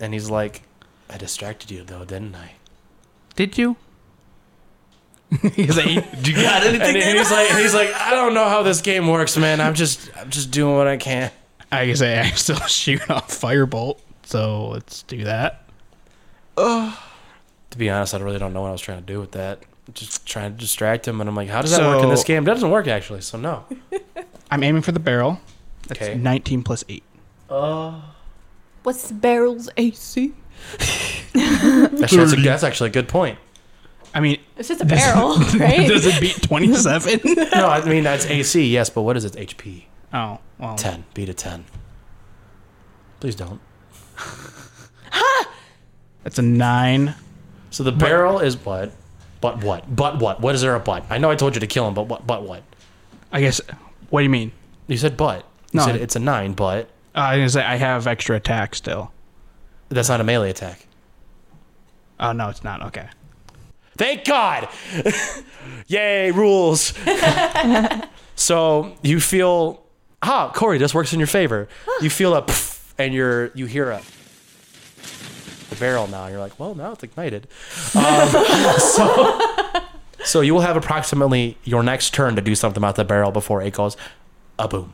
and he's like, I distracted you though, didn't I? Did you? he's like, Do you got anything? And, and he's like, and he's like, I don't know how this game works, man. I'm just, I'm just doing what I can. I can say I still shoot off firebolt, so let's do that. To be honest, I really don't know what I was trying to do with that. Just trying to distract him, and I'm like, how does that work in this So- game? That doesn't work actually. So no. I'm aiming for the barrel. That's Okay. 19 plus 8. What's the barrel's AC? Actually, that's, a, that's actually a good point. I mean, It's just a barrel, right? does it beat 27? No, I mean that's AC, yes, but what is it? HP oh, well. ten. Beat a ten. Please don't. That's a 9. So the barrel is what? But what? But what? What is there a but? I know I told you to kill him, but what? But what? I guess. What do you mean? You said but. You No. said it's a nine, but Uh, I was gonna say I have extra attack still. that's not a melee attack. Oh no, it's not. Okay. Thank God. Yay, rules. so you feel, ah, Corey, this works in your favor. You feel a pff, and you're, you hear a the barrel now. You're like, well, now it's ignited. Um, so, so you will have approximately your next turn to do something about the barrel before it goes a boom.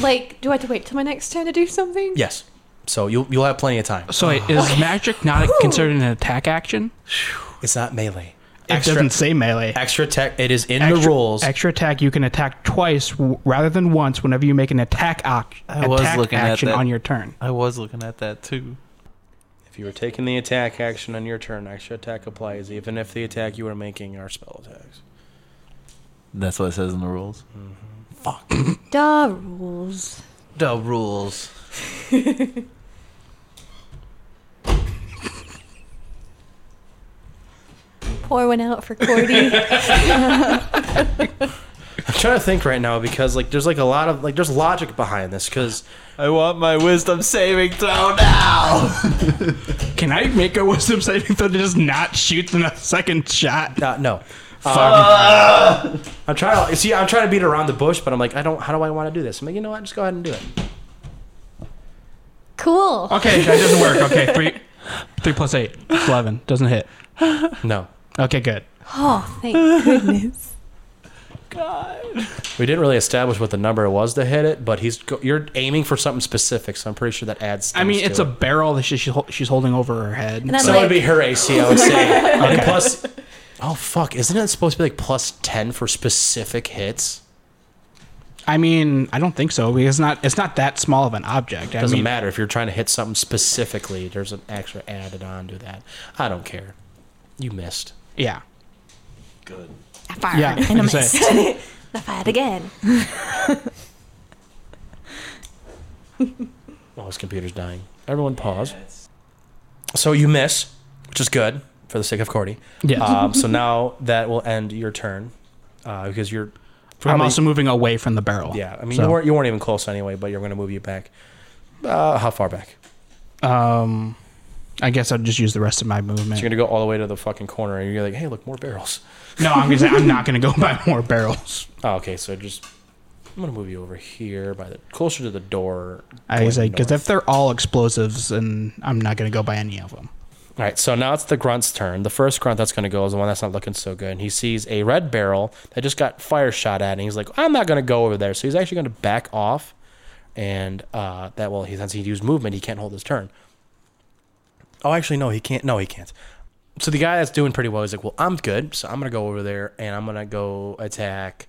like, do I have to wait till my next turn to do something? Yes. So you'll, you'll have plenty of time. So wait, is magic not considered an attack action? It's not melee. It doesn't say melee. Extra tech. It is in the Extra- rules. Extra attack. You can attack twice w- rather than once whenever you make an attack, oc- I was attack looking at action that. on your turn. I was looking at that too. If you were taking the attack action on your turn, extra attack applies, even if the attack you are making are spell attacks. That's what it says in the rules. Duh rules. The rules. Pour one out for Cordy. I'm trying to think right now because like there's like a lot of like there's logic behind this because I want my wisdom saving Oh, throw now. Can I make a wisdom saving throw to just not shoot the second shot? uh, no. Um, I'm trying to see. I'm trying to beat around the bush, but I'm like, I don't. How do I want to do this? I'm like, you know what? Just go ahead and do it. cool. Okay, that doesn't work. Okay, three, three plus eight, It's eleven. Doesn't hit. No, Okay, good. Oh, thank goodness. we didn't really establish what the number was to hit it, but he's go- you're aiming for something specific, so I'm pretty sure that adds. I mean, things it's to a it. barrel that she, she, hol- she's holding over her head. And I'm So it like, would be her AC, I would say. And plus, oh fuck, isn't it supposed to be like plus ten for specific hits? I mean, I don't think so because it's not it's not that small of an object. I Doesn't mean, matter if you're trying to hit something specifically. There's an extra added on to that. I don't care. You missed. yeah, I fired Yeah, and I like I missed. I fired again. Oh, his computer's dying. Everyone, pause. So you miss, which is good for the sake of Cordy. Yes. Um, so now that will end your turn uh, because you're. I'm probably- also moving away from the barrel. Yeah, I mean So, you weren't you weren't even close anyway, but you're going to move you back. Uh, how far back? Um, I guess I'll just use the rest of my movement. So you're gonna go all the way to the fucking corner, and you're like, "Hey, look, more barrels." no, I'm gonna say I'm not gonna go buy more barrels. Oh, okay, so just I'm gonna move you over here by the closer to the door. I going say because north. if they're all explosives, and I'm not gonna go buy any of them. All right, so now it's the grunt's turn. The first grunt that's going to go is the one that's not looking so good. And he sees a red barrel that just got fire shot at, and he's like, "I'm not going to go over there." So he's actually going to back off, and uh, that will he since he used movement, he can't hold his turn. Oh, actually, no, he can't. No, he can't. So the guy that's doing pretty well, he's like, "Well, I'm good, so I'm going to go over there and I'm going to go attack."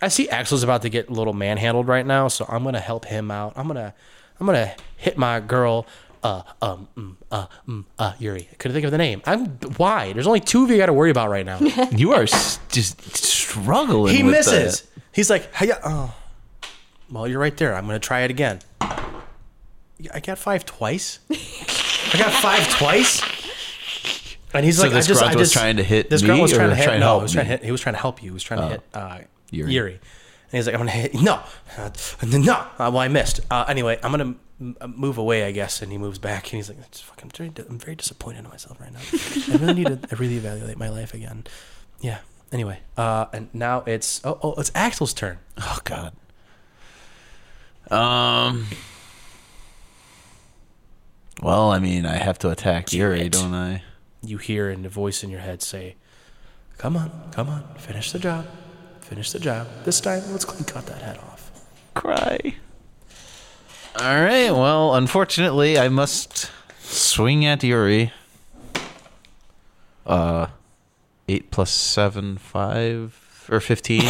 I see Axel's about to get a little manhandled right now, so I'm gonna help him out. I'm gonna I'm gonna hit my girl. Uh um mm, uh mm, uh Yuri. Couldn't think of the name. I'm why? There's only two of you got to worry about right now. You are s- just struggling. he with misses. that. He's like, "Hiya, oh. Well, you're right there. I'm gonna try it again. Yeah, I got five twice. I got five twice. And he's So like, this I just, grunt I was just, trying to hit This me grunt was or trying to hit. trying to no, help he was trying to me? Oh. hit. He was trying to help you. He was trying to hit uh, Yuri. Yuri. And he's like, I'm gonna hit. No, uh, no. Uh, well, I missed. Uh, anyway, I'm gonna m- m- move away, I guess. And he moves back, and he's like, "It's fucking. I'm very, I'm very disappointed in myself right now. I really need to I really evaluate my life again. Yeah. Anyway, uh, and now it's oh, oh it's Axel's turn. Oh God. Um. Well, I mean, I have to attack Yuri, don't I? You hear in the voice in your head say, "Come on, come on, finish the job, finish the job. This time, let's clean cut that head off." Cry. All right. Well, unfortunately, I must swing at Yuri. Uh, eight plus seven, five or fifteen.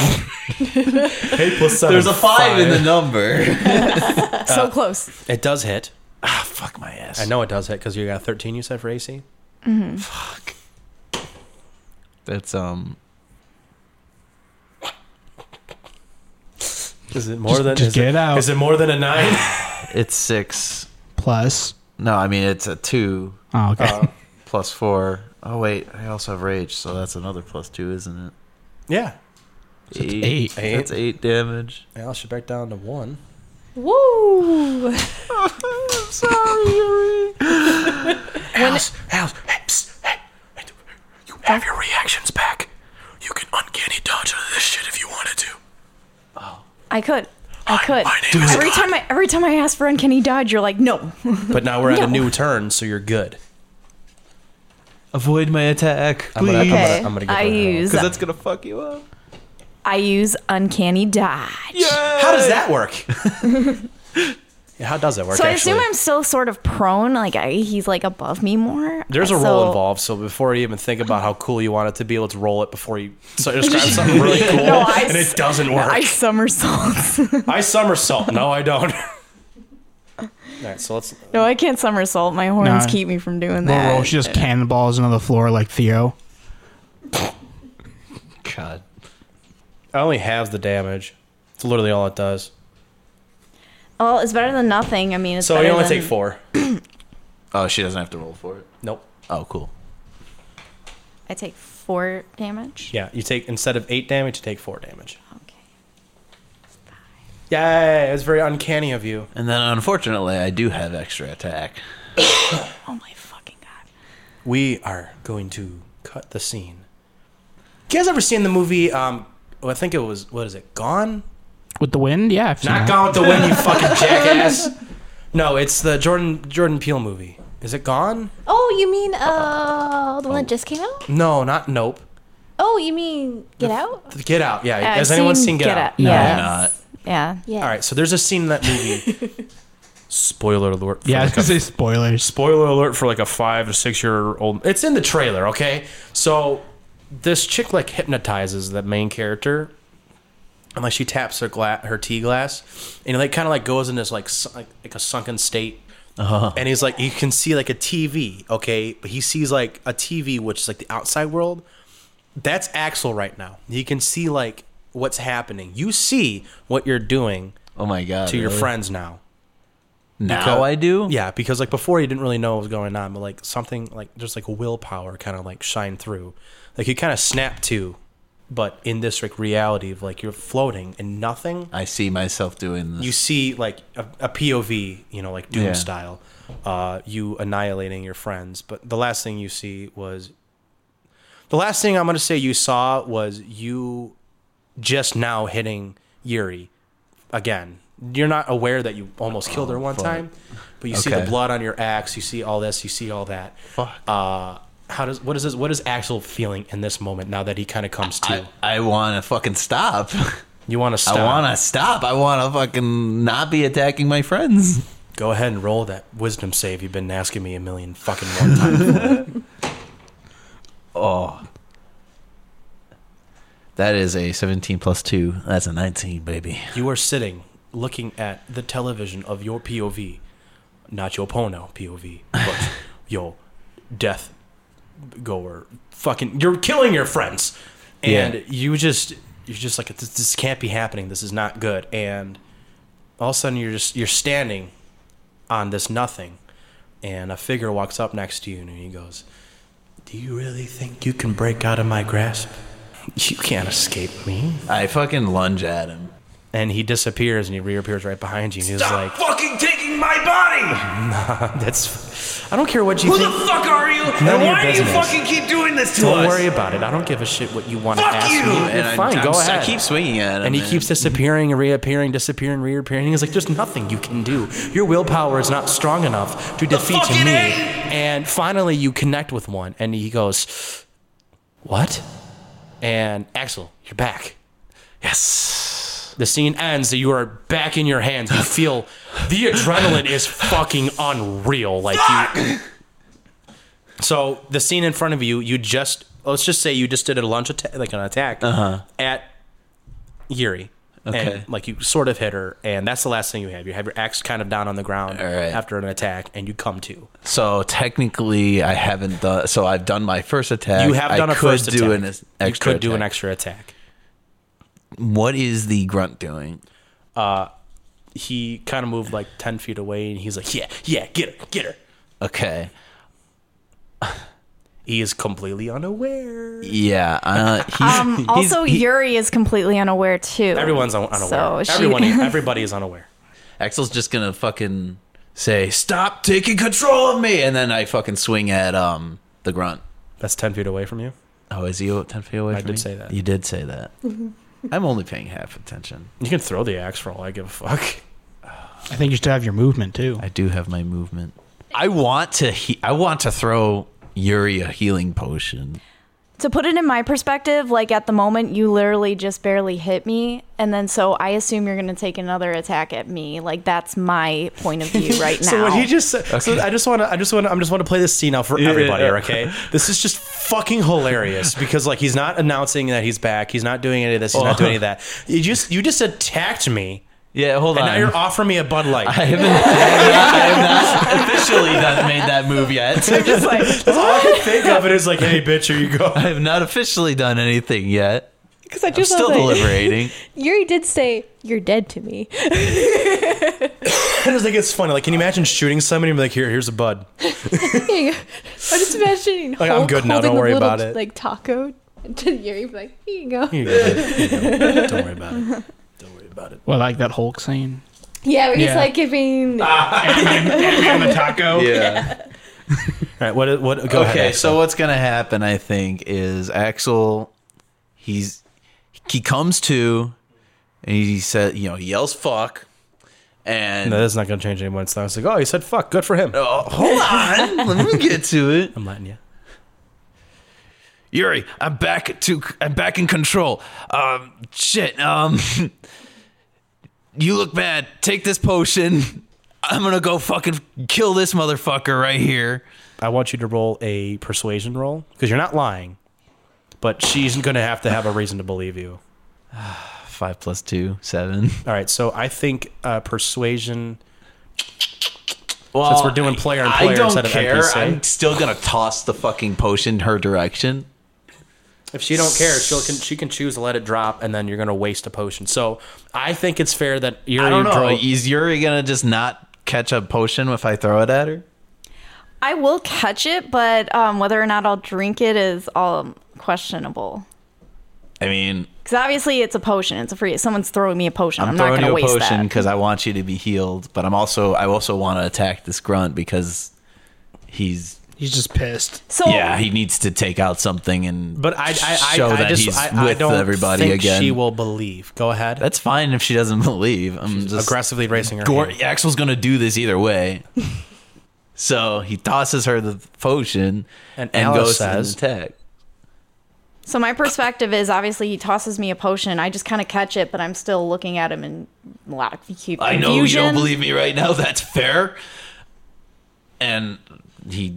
Eight plus seven. There's a five in the number. Uh, so close. It does hit. ah, fuck my ass. I know it does hit because you got 13. You said for AC. That's um. Is it more Just- than? just is get it, it out. Is it more than a nine? It's six. Plus. No, I mean it's a two Oh, okay. uh, plus four. Oh wait, I also have rage, so that's another plus two, isn't it? yeah. So it's eight. Eight. That's eight damage. Yeah, I'll shoot back down to one. Woo! I'm sorry, Yuri. Alice, Alice, hey, psst, hey, hey, you have your reactions back. You can uncanny dodge out of this shit if you wanted to. I could. I could. my name is every time I every time I ask for Uncanny Dodge, you're like, no. But now we're at No. a new turn, so you're good. Avoid my attack, I'm gonna- I'm please. gonna- Okay. I'm gonna give I her her own. use Because that's gonna fuck you up. I use Uncanny Dodge. How does that work? yeah, how does that work? So I actually? assume I'm still sort of prone. Like I, he's like above me more. There's a So- roll involved, so before you even think about how cool you want it to be, let's roll it before you so describe something really cool No, I and s- it doesn't work. I I, somersaults. somersault. No, I don't. All right, so let's. no, I can't somersault. My horns No. keep me from Roll, doing that. roll. She just cannonballs into the floor like Theo. God. I only halves the damage. It's literally all it does. Well, it's better than nothing. I mean, it's So better you only than, take four. Oh, she doesn't have to roll for it. Nope. Oh, cool. I take four damage. Yeah, you take instead of eight damage, you take four damage. Okay. Yay! It was very uncanny of you. And then unfortunately, I do have extra attack. Oh my fucking god. We are going to cut the scene. You guys ever seen the movie? Um, well, I think it was what is it? Gone? With the wind? Yeah. I've seen Not that. Gone with the Wind, you fucking jackass. No, it's the Jordan Jordan Peele movie. Is it Gone? Oh, you mean uh the one that just came out? No, not Nope. Oh, you mean Get Out? The Get Out. Yeah. Has anyone seen Get, Out? No, yeah. not. Yeah. Yeah. All right. So there's a scene in that movie. Spoiler alert. for Yeah, I the was gonna say spoilers. spoiler alert for like a five to six year old it's in the trailer okay so this chick like hypnotizes the main character and like she taps her gla- her tea glass and it like kind of like goes in this like su- like, like a sunken state and he's like you can see like a tv okay but he sees like a tv which is like the outside world that's axel right now he can see like what's happening you see what you're doing Oh my god. to your really? friends now Now I do. yeah, because like before you didn't really know what was going on, but like something like just like willpower kind of like shine through. Like you kind of snap to, but in this like reality of like you're floating and nothing. I see myself doing this. You see like a, a POV, you know, like Doom Yeah. style, uh, you annihilating your friends. But the last thing you see was the last thing I'm gonna say you saw was you just now hitting Yuri again. You're not aware that you almost killed her one time, but you see the Oh, Okay. blood on your axe. You see all this. You see all that. Fuck. Uh, how does what is this? What is Axel feeling in this moment now that he kind of comes to? I, I want to fucking stop. you want to stop? I want to stop. I want to fucking not be attacking my friends. Go ahead and roll that wisdom save you've been asking me a million fucking one times. Oh. That is a 17 plus two. That's a 19, baby. you are sitting looking at the television of your POV, not your Pono POV, but your death goer. Fucking, you're killing your friends, and Yeah. you just you're just like this, this can't be happening. This is not good. And all of a sudden, you're just you're standing on this nothing, and a figure walks up next to you and he goes, "Do you really think you can break out of my grasp? You can't escape me." I fucking lunge at him. and he disappears and he reappears right behind you. And he's like, fucking taking my body! "That's, I don't care what you Who think. the fuck are you? None of and your why do you business. fucking keep doing this to Don't us? worry about it. I don't give a shit what you want Fuck to ask you! me. And You're I- fine. I'm go s- ahead." I keep swinging at him. and he man. keeps disappearing and reappearing, disappearing, reappearing. He's like, "There's nothing you can do. Your willpower is not strong enough to defeat fucking me." A! And finally, you connect with one, and he goes, "What?" And Axel, you're back. Yes. The scene ends. You are back in your hands. You feel the adrenaline is fucking unreal. Like you, So the scene in front of you, you just let's just say you just did a lunge attack, like an attack at Yuri. Uh-huh. Okay. And like you sort of hit her, and that's the last thing you have. You have your axe kind of down on the ground All right. after an attack, and you come to. So technically, I haven't done. So I've done my first attack. You have done I a first could do attack. An you ex- could extra do an attack. extra attack. What is the grunt doing? He kind of moved like ten feet away, and he's like, "Yeah, yeah, get her, get her." Okay. He is completely unaware. Yeah. Uh, he's, Um, he's- also, he- Yuri is completely unaware too. Everyone's un- So unaware. she- Everyone, everybody is unaware. Axel's just gonna fucking say, "Stop taking control of me," and then I fucking swing at um the grunt. That's ten feet away from you. Oh, is he o- ten feet away? I from did me? say that. You did say that. I'm only paying half attention. You can throw the axe for all I give a fuck. I think you still have your movement too. I do have my movement. I want to. He- I want to throw Yuri a healing potion. to put it in my perspective, like at the moment, you literally just barely hit me, and then so I assume you're gonna take another attack at me. Like that's my point of view right now. So what he just said. So I just want to. I just want. to. I just want to play this scene out for everybody. Okay, this is just fucking hilarious because like he's not announcing that he's back. He's not doing any of this. He's not doing any of that. You just you just attacked me, Yeah, Oh. hold and on. now you're offering me a Bud Light. I haven't, I have not, I have not officially done, made that move yet. That's all I can think of. It is like, hey, bitch, here you go. I have not officially done anything yet. Because I I'm just still was like, deliberating. Yuri did say, You're dead to me. I just think it's funny. Like, can you imagine shooting somebody and be like, here, here's a Bud? I'm just imagining. Like, I'm Hulk good now, holding don't the worry little, about it. Like taco to Yuri, be like, Here you go. Here you go, bitch. Here you go. Don't worry about it. Don't worry about it. Well, like that Hulk scene. Yeah, where he's Yeah. like giving. the taco. Yeah. All right. What? What? Go ahead. okay, Axel. so what's gonna happen, I think, is Axel he's he comes to and he said you know, he yells fuck and No, that's not going to change anyone's thoughts. Like, oh, he said fuck. Good for him. Oh, hold on, let me get to it. I'm letting you. Yuri, I'm back to I'm back in control. Um shit. Um You look bad. Take this potion. I'm going to go fucking kill this motherfucker right here. I want you to roll a persuasion roll because you're not lying, but she's going to have to have a reason to believe you. 5 plus 2, 7. All right, so I think uh, persuasion. Well, Since we're doing player and player I don't instead of care. NPC. I'm still going to toss the fucking potion her direction. If she don't care, she can she can choose to let it drop, and then you're going to waste a potion. So I think it's fair that you're. I don't know. Is Yuri gonna just not catch a potion if I throw it at her? I will catch it, but um, whether or not I'll drink it is um, questionable. I mean, Because obviously it's a potion. It's a free. Someone's throwing me a potion. I'm, I'm not going throwing to you a waste potion that. because I want you to be healed, but I'm also I also want to attack this grunt because he's He's just pissed. So yeah he needs to take out something and But I I, show I, I that just he's I, I with don't everybody think again. she will believe. Go ahead. That's fine if she doesn't believe. I'm just aggressively raising her. Gor- hand. Axel's gonna do this either way. so he tosses her the potion And and, Alice goes says- to an attack. So my perspective is obviously he tosses me a potion. I just kind of catch it, but I'm still looking at him in a lot of confusion. I know you don't believe me right now. That's fair. And he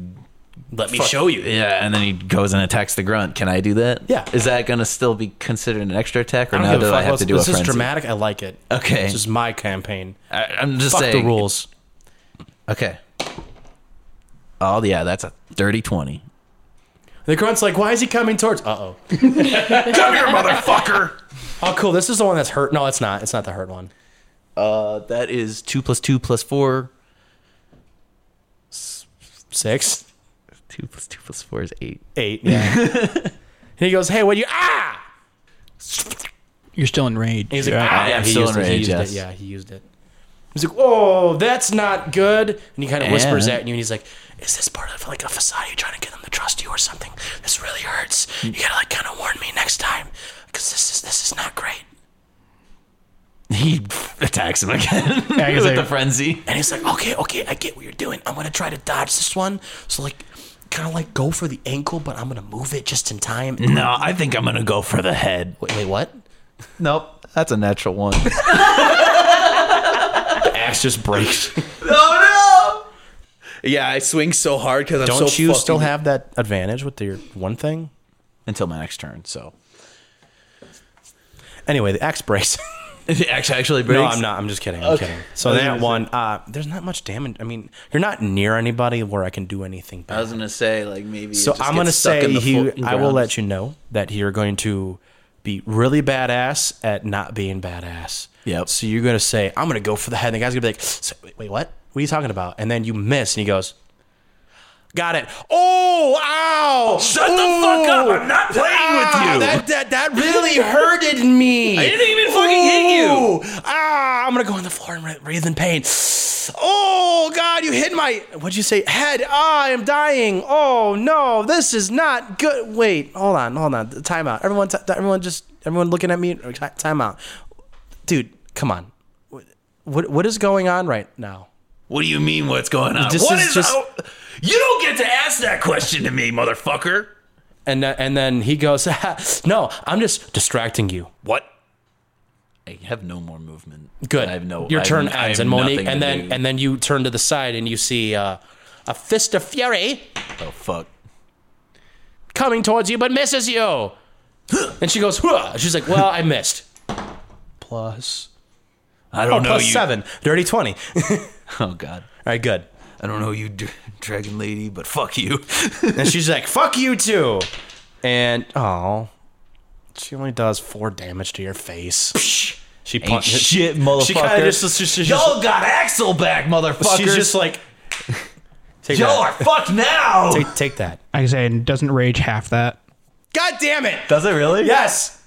Let me fuck- show you. Yeah, and then he goes and attacks the grunt. Can I do that? Yeah. Is that gonna still be considered an extra attack, or I don't now give a do fuck. I have to do this a is frenzy? dramatic. I like it. Okay. This is my campaign. I, I'm just Fuck saying. the rules. Okay. Oh yeah, that's a dirty twenty. The grunt's like, why is he coming towards? Uh oh. Come here, motherfucker. Oh, cool. This is the one that's hurt. No, it's not. It's not the hurt one. Uh, that is two plus two plus four. Six, Two plus two plus four is eight. eight. Yeah. and he goes, "Hey, what you ah?" You're still enraged. And he's like, right? "Ah." I am he still used it. He enraged, used it. yes. Yeah, he used it. He's like, "Oh, that's not good." And he kind of whispers And- at you, and he's like, "Is this part of like a facade? You're trying to get them to trust you or something? This really hurts. You gotta like kind of warn me next time, because this is this is not great." He attacks him again he's with like- the frenzy. And he's like, okay, okay, I get what you're doing. I'm gonna try to dodge this one. So like, kind of like go for the ankle, but I'm gonna move it just in time. Wait, No, I think I'm gonna go for the head. wait what? Nope. That's a natural one. Oh, The axe just breaks. No, no. Yeah, I swing so hard because I'm Don't so you fucking- still have that advantage with your one thing? until my next turn. So Anyway, the axe breaks. it actually, actually breaks. no, I'm not. I'm just kidding. I'm kidding. So Oh, that one, uh, there's not much damage. I mean, you're not near anybody where I can do anything. Bad. I was gonna say like maybe. So I'm gonna say he. I will let you know that you're going to be really badass at not being badass. Yep. So you're gonna say, "I'm gonna go for the head," and the guy's gonna be like, "So- "Wait, wait, what? What are you talking about?" And then you miss, and he goes, "Got it! Oh, ow! Shut the fuck up! I'm not playing Ah, with you! That, that, that really hurted me. I didn't even fucking hit you. Ah, I'm gonna go on the floor and re- breathe in pain. Oh God, you hit my what'd you say? Head. Ah, I am dying. Oh no, this is not good. Wait, hold on, hold on. Time out. Everyone, t- everyone, just everyone looking at me. Ti- Time out, dude. Come on. What- What what is going on right now? What do you mean? What's going on? This What is is just- out- You don't get to ask that question to me, motherfucker! And th- and then he goes, no, I'm just distracting you. What? I have no more movement. Good. I have no. Your I have- turn I have ends, and Monique, nothing and to then do. and then you turn to the side and you see uh, a fist of fury oh fuck. coming towards you, but misses you. and she goes, "Huh." she's like, "Well, I missed." Plus, I oh, don't know plus you. seven, dirty twenty. All Oh god. right, good. I don't know you, dra- Dragon Lady, but fuck you. And she's like, "Fuck you too," and oh, she only does four damage to your face. She punches. shit, motherfucker. She kind of just, she- she- she- Y'all got Axel back, motherfuckers. she's just like, take Y'all are that, fucked now. take, take that. Like I say, and doesn't rage half that. God damn it! Does it really? Yes.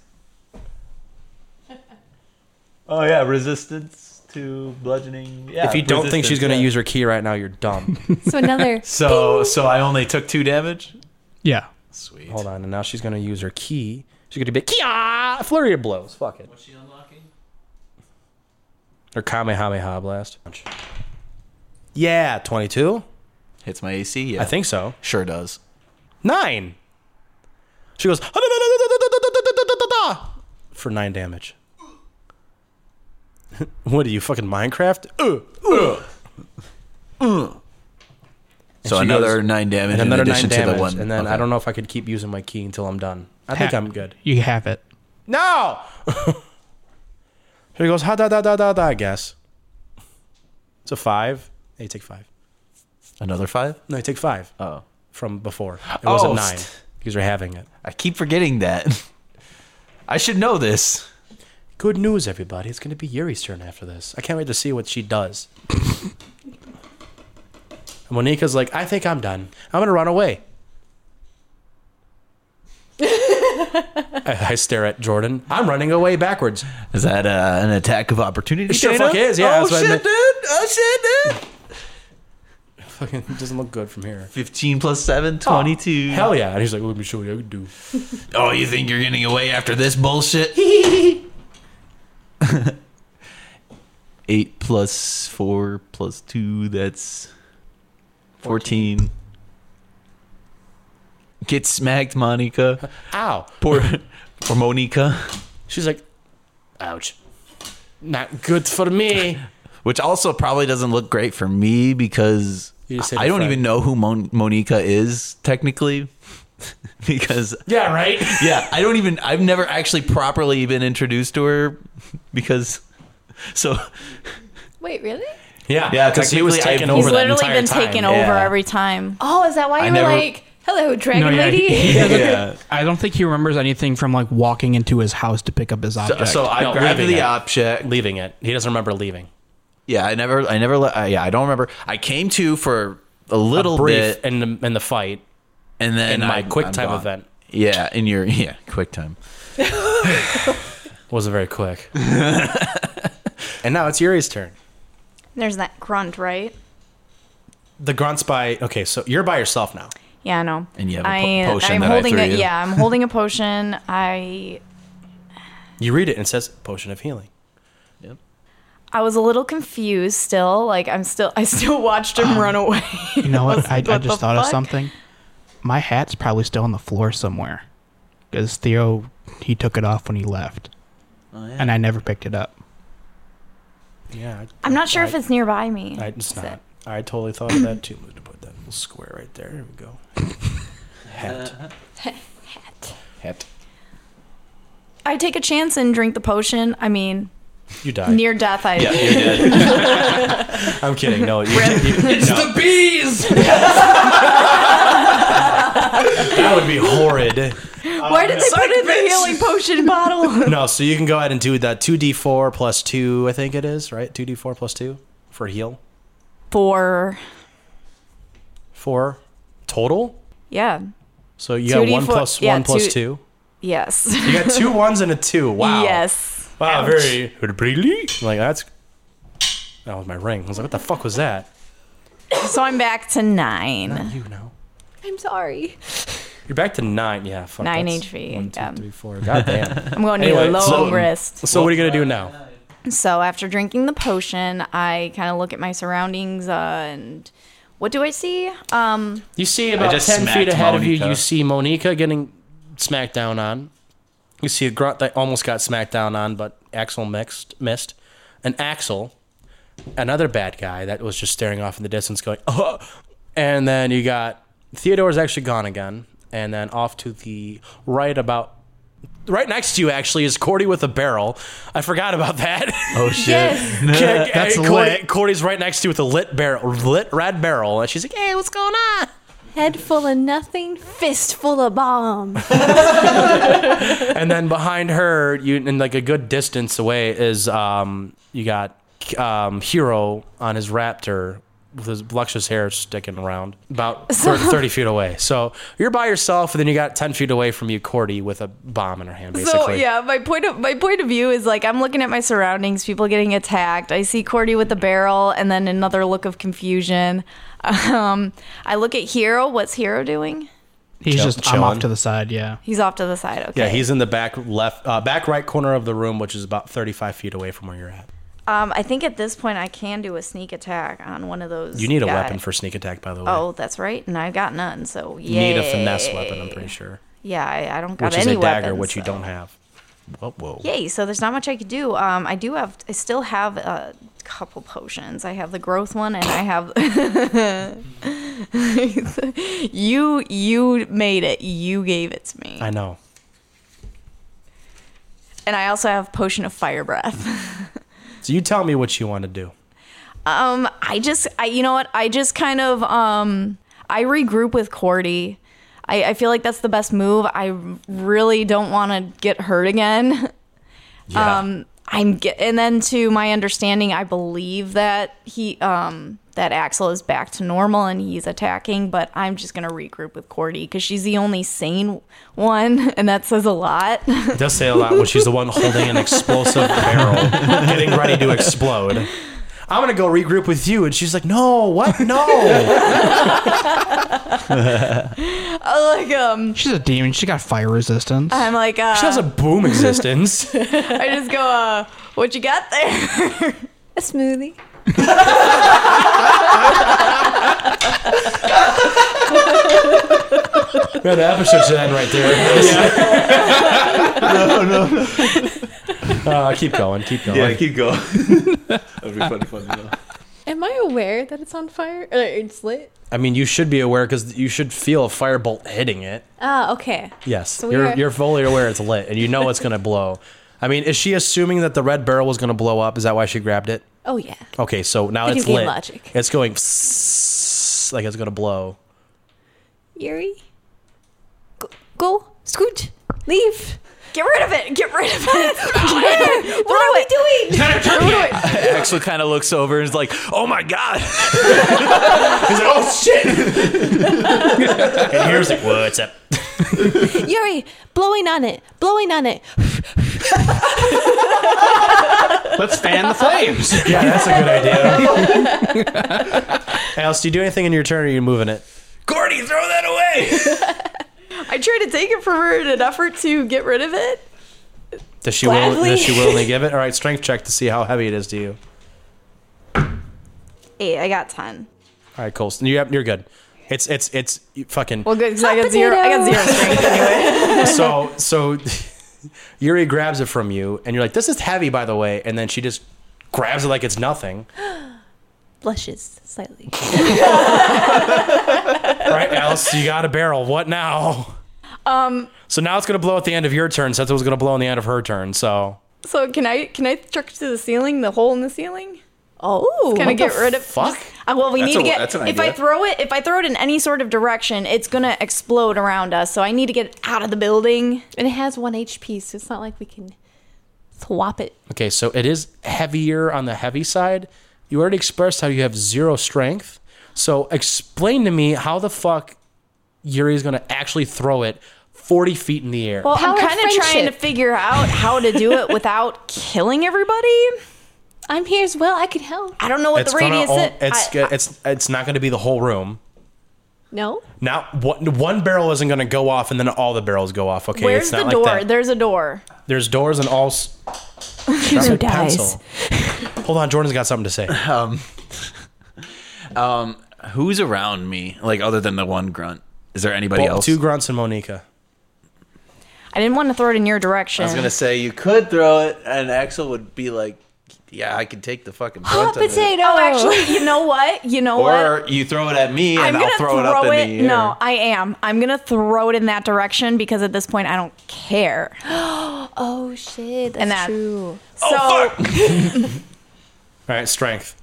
Oh yeah, resistance to bludgeoning. Yeah. if you don't think resistance, she's going to yeah. use her key right now, you're dumb. So another. So so I only took two damage. Yeah. Sweet. Hold on, and now she's going to use her key. She's going to be kia flurry of blows. Fuck it. What's she unlocking? Her kamehameha blast. Yeah, twenty-two. Hits my AC. Yeah. I think so. sure does. Nine. She goes "Ah-da-da-da-da-da-da-da-da-da-da-da," for nine damage. what are you fucking Minecraft? Ugh. So she another goes- nine damage. And another in nine addition damage, to the one. and then okay. I don't know if I could keep using my key until I'm done. I think Ha- I'm good. You have it. No. she goes ha da da da da da. I guess it's a five. Hey, take five. Another five. No, you take five Oh, from before. It wasn't Oh, nine st- because you're having it. I keep forgetting that. I should know this. Good news, everybody. It's going to be Yuri's turn after this. I can't wait to see what she does. And Monica's like, I think I'm done. I'm going to run away. I, I stare at Jordan. I'm running away backwards. Is that uh, an attack of opportunity? It sure Dana? fuck is, yeah, Oh that's what I shit, meant. dude. Oh shit, dude. Fucking doesn't look good from here. 15 plus 7, 22. Oh, Hell yeah. And he's like, let me show you what I can do. Oh, you think you're getting away after this bullshit? 8 plus 4 plus 2, that's 14. Get smacked, Monica. Ow. Poor, poor Monica. She's like, ouch. Not good for me. Which also probably doesn't look great for me because You just said I don't friend. even know who Mon- Monica is technically. because yeah, right? yeah, I don't even. I've never actually properly been introduced to her because. So Wait, really? Yeah. Yeah, because he was technically, I- taken He's over He's that literally entire been time. taken Yeah. over Yeah. every time. Oh, is that why you I were never- like, "Hello, dragon lady"? yeah. I don't think he remembers anything from like walking into his house to pick up his So, object. so I No, grabbed leaving the it. object. Leaving it. He doesn't remember leaving. Yeah, I never. I never. let- I, yeah, I don't remember. I came to for a little brief bit, in the, in the fight and then in my I'm- quick I'm time gone. event Yeah, in your yeah quick time. wasn't very quick. and now it's Yuri's turn. There's that grunt, right? The grunt's by okay, so you're by yourself now. Yeah, I know. And you have a po- I- potion I'm that I holding threw a, you. Yeah, I'm holding a potion. I You read it and it says potion of healing. I was a little confused still. Like I'm still I still watched him run away. you know what? I, I What the just thought of fuck? something. My hat's probably still on the floor somewhere because Theo he took it off when he left, Oh, and I never picked it up. Yeah, I'm not sure I- if it's nearby me. I, it's Is not. it? I totally thought of that too. I'm going to put that little square right there. Here we go. Hat. Hat. I take a chance and drink the potion. I mean, You die. near death. I Yeah, you're dead. I'm kidding. No, you, you, It's the bees. that would be horrid. Why did they put in the healing potion bottle? No, so you can go ahead and do that 2d4 plus 2, I think it is, right? 2d4 plus 2 for heal. Four. 4 total. Yeah. So you got 1 2d4 plus 1 yeah, plus 2. two- Yes. You got two ones and a 2. Wow. Yes. Wow, Ouch. very. I'm Like, that's. That was my ring. I was like, what the fuck was that? So I'm back to nine. You know. I'm sorry. You're back to 9. Yeah, fuck. Nine um. that's HP, one, two, yeah. three, four. God damn. I'm going to Anyway, need a low so- wrist. so what are you going to do now? So after drinking the potion, I kind of look at my surroundings uh, and what do I see? Um, You see about just ten feet smacked ahead of you. Monica. You see Monica getting smacked down on. You see a grunt that almost got smacked down on, but Axel mixed, missed. And Axel, another bad guy that was just staring off in the distance, going, "Oh!" And then you got Theodore's actually gone again. And then off to the right, about right next to you, actually, is Cordy with a barrel. I forgot about that. Oh shit. Yes. Okay, That's Cordy, lit. Cordy's right next to you with a lit barrel, lit red barrel, and she's like, "Hey, what's going on?" Head full of nothing, fist full of bombs. and then behind her, you and like a good distance away is um you got um Hero on his raptor with his luscious hair sticking around about thir- 30 feet away. So you're by yourself and then you got 10 feet away from you Cordy with a bomb in her hand basically. so yeah, my point of my point of view is like I'm looking at my surroundings, people getting attacked. I see Cordy with the barrel, and then another look of confusion. Um, I look at Hero. What's Hero doing? He's Chill- just I'm off chillin'. to the side. Yeah. He's off to the side. Okay. Yeah, he's in the back left uh, back right corner of the room which is about 35 feet away from where you're at. Um, I think at this point I can do a sneak attack on one of those. You need a guy- weapon for sneak attack by the way. Oh, that's right, and I've got none. So you yeah. need a finesse weapon, I'm pretty sure. Yeah, I, I don't got Which is any a dagger weapons, which you so- don't have. Whoa, whoa. Yay! So there's not much I could do. Um, I do have, I still have a couple potions. I have the growth one, and I have. you you made it. You gave it to me, I know. and I also have potion of fire breath. So you tell me what you want to do. Um, I just, I you know what? I just kind of um, I regroup with Cordy. I, I feel like that's the best move. I really don't want to get hurt again. Yeah. Um, I'm get, and then to my understanding, I believe that he um that Axel is back to normal and he's attacking, but I'm just gonna regroup with Cordy because she's the only sane one, and that says a lot. It does say a lot when she's the one holding an explosive barrel, getting ready to explode. I'm gonna go regroup with you, and she's like, "No, what? No." I'm like um, She's a demon. She got fire resistance. I'm like uh, She has a boom existence. I just go uh, what you got there? A smoothie. Man, the episode should end right there. no, no, no. Uh, keep going, keep going. keep going. That'd be funny, funny though. Am I aware that it's on fire? Or it's lit? I mean, you should be aware because you should feel a firebolt hitting it. Ah, okay. Yes, So we you're are- you're fully aware it's lit, and you know it's gonna blow. I mean, is she assuming that the red barrel was gonna blow up? Is that why she grabbed it? Oh, yeah. Okay, so now Video it's game lit. logic. It's going like it's gonna blow. Yuri? Go, go scoot, leave. Get rid of it! Get rid of it! Throw What are it! we doing? Axel kind of looks over and is like, "Oh my god." He's like, oh shit! and here's like, what's up? Yuri, blowing on it, blowing on it. Let's fan the flames. Yeah, that's a good idea. Alice, do you do anything in your turn or are you moving it? Gordy, throw that away! I tried to take it from her in an effort to get rid of it. Does she, will, Gladly. does she willingly give it? All right, strength check to see how heavy it is to you. Eight. I got ten. All right, Colson, you have, you're good. It's it's it's you fucking Well, good because I Hot got zero. I got potato. zero strength anyway. so so. Yuri grabs it from you, and you're like, "This is heavy, by the way." And then she just grabs it like it's nothing. blushes slightly. right, Alice, you got a barrel. What now? Um, So now it's gonna blow at the end of your turn. Since it was gonna blow on the end of her turn, so so can I can I trick to the ceiling, the hole in the ceiling? Oh, Kind of get rid of. fuck. Uh, well, we That's need a- to get. that's an If I idea. throw it, if I throw it in any sort of direction, it's gonna explode around us. So I need to get it out of the building. and it has one HP, so it's not like we can swap it. Okay, so it is heavier on the heavy side. You already expressed how you have zero strength. So explain to me how the fuck Yuri's gonna actually throw it 40 feet in the air. Well, Power I'm kind of trying to friendship. figure out how to do it without killing everybody. I'm here as well. I could help. I don't know what the radius gonna, is. o- It's, I- I- it's, it's not gonna be the whole room. No, Now, one, one barrel isn't gonna go off and then all the barrels go off, okay? where's it's the not door? like that. There's a door. There's doors and all. s- choose who sharpened dies. pencil. Hold on, Jordan's got something to say. Who's around me? Like other than the one grunt, is there anybody Well, else? two grunts and Monica. I didn't want to throw it in your direction. I was gonna say you could throw it, and Axel would be like, "Yeah, I can take the fucking Hot brunt of it." potato. Oh, actually, you know what? You know what? Or you throw it at me, and I'm I'll gonna throw, it up in the air. No, I am. I'm gonna throw it in that direction because at this point I don't care. Oh shit, that's And that- true. Oh, so All right, strength.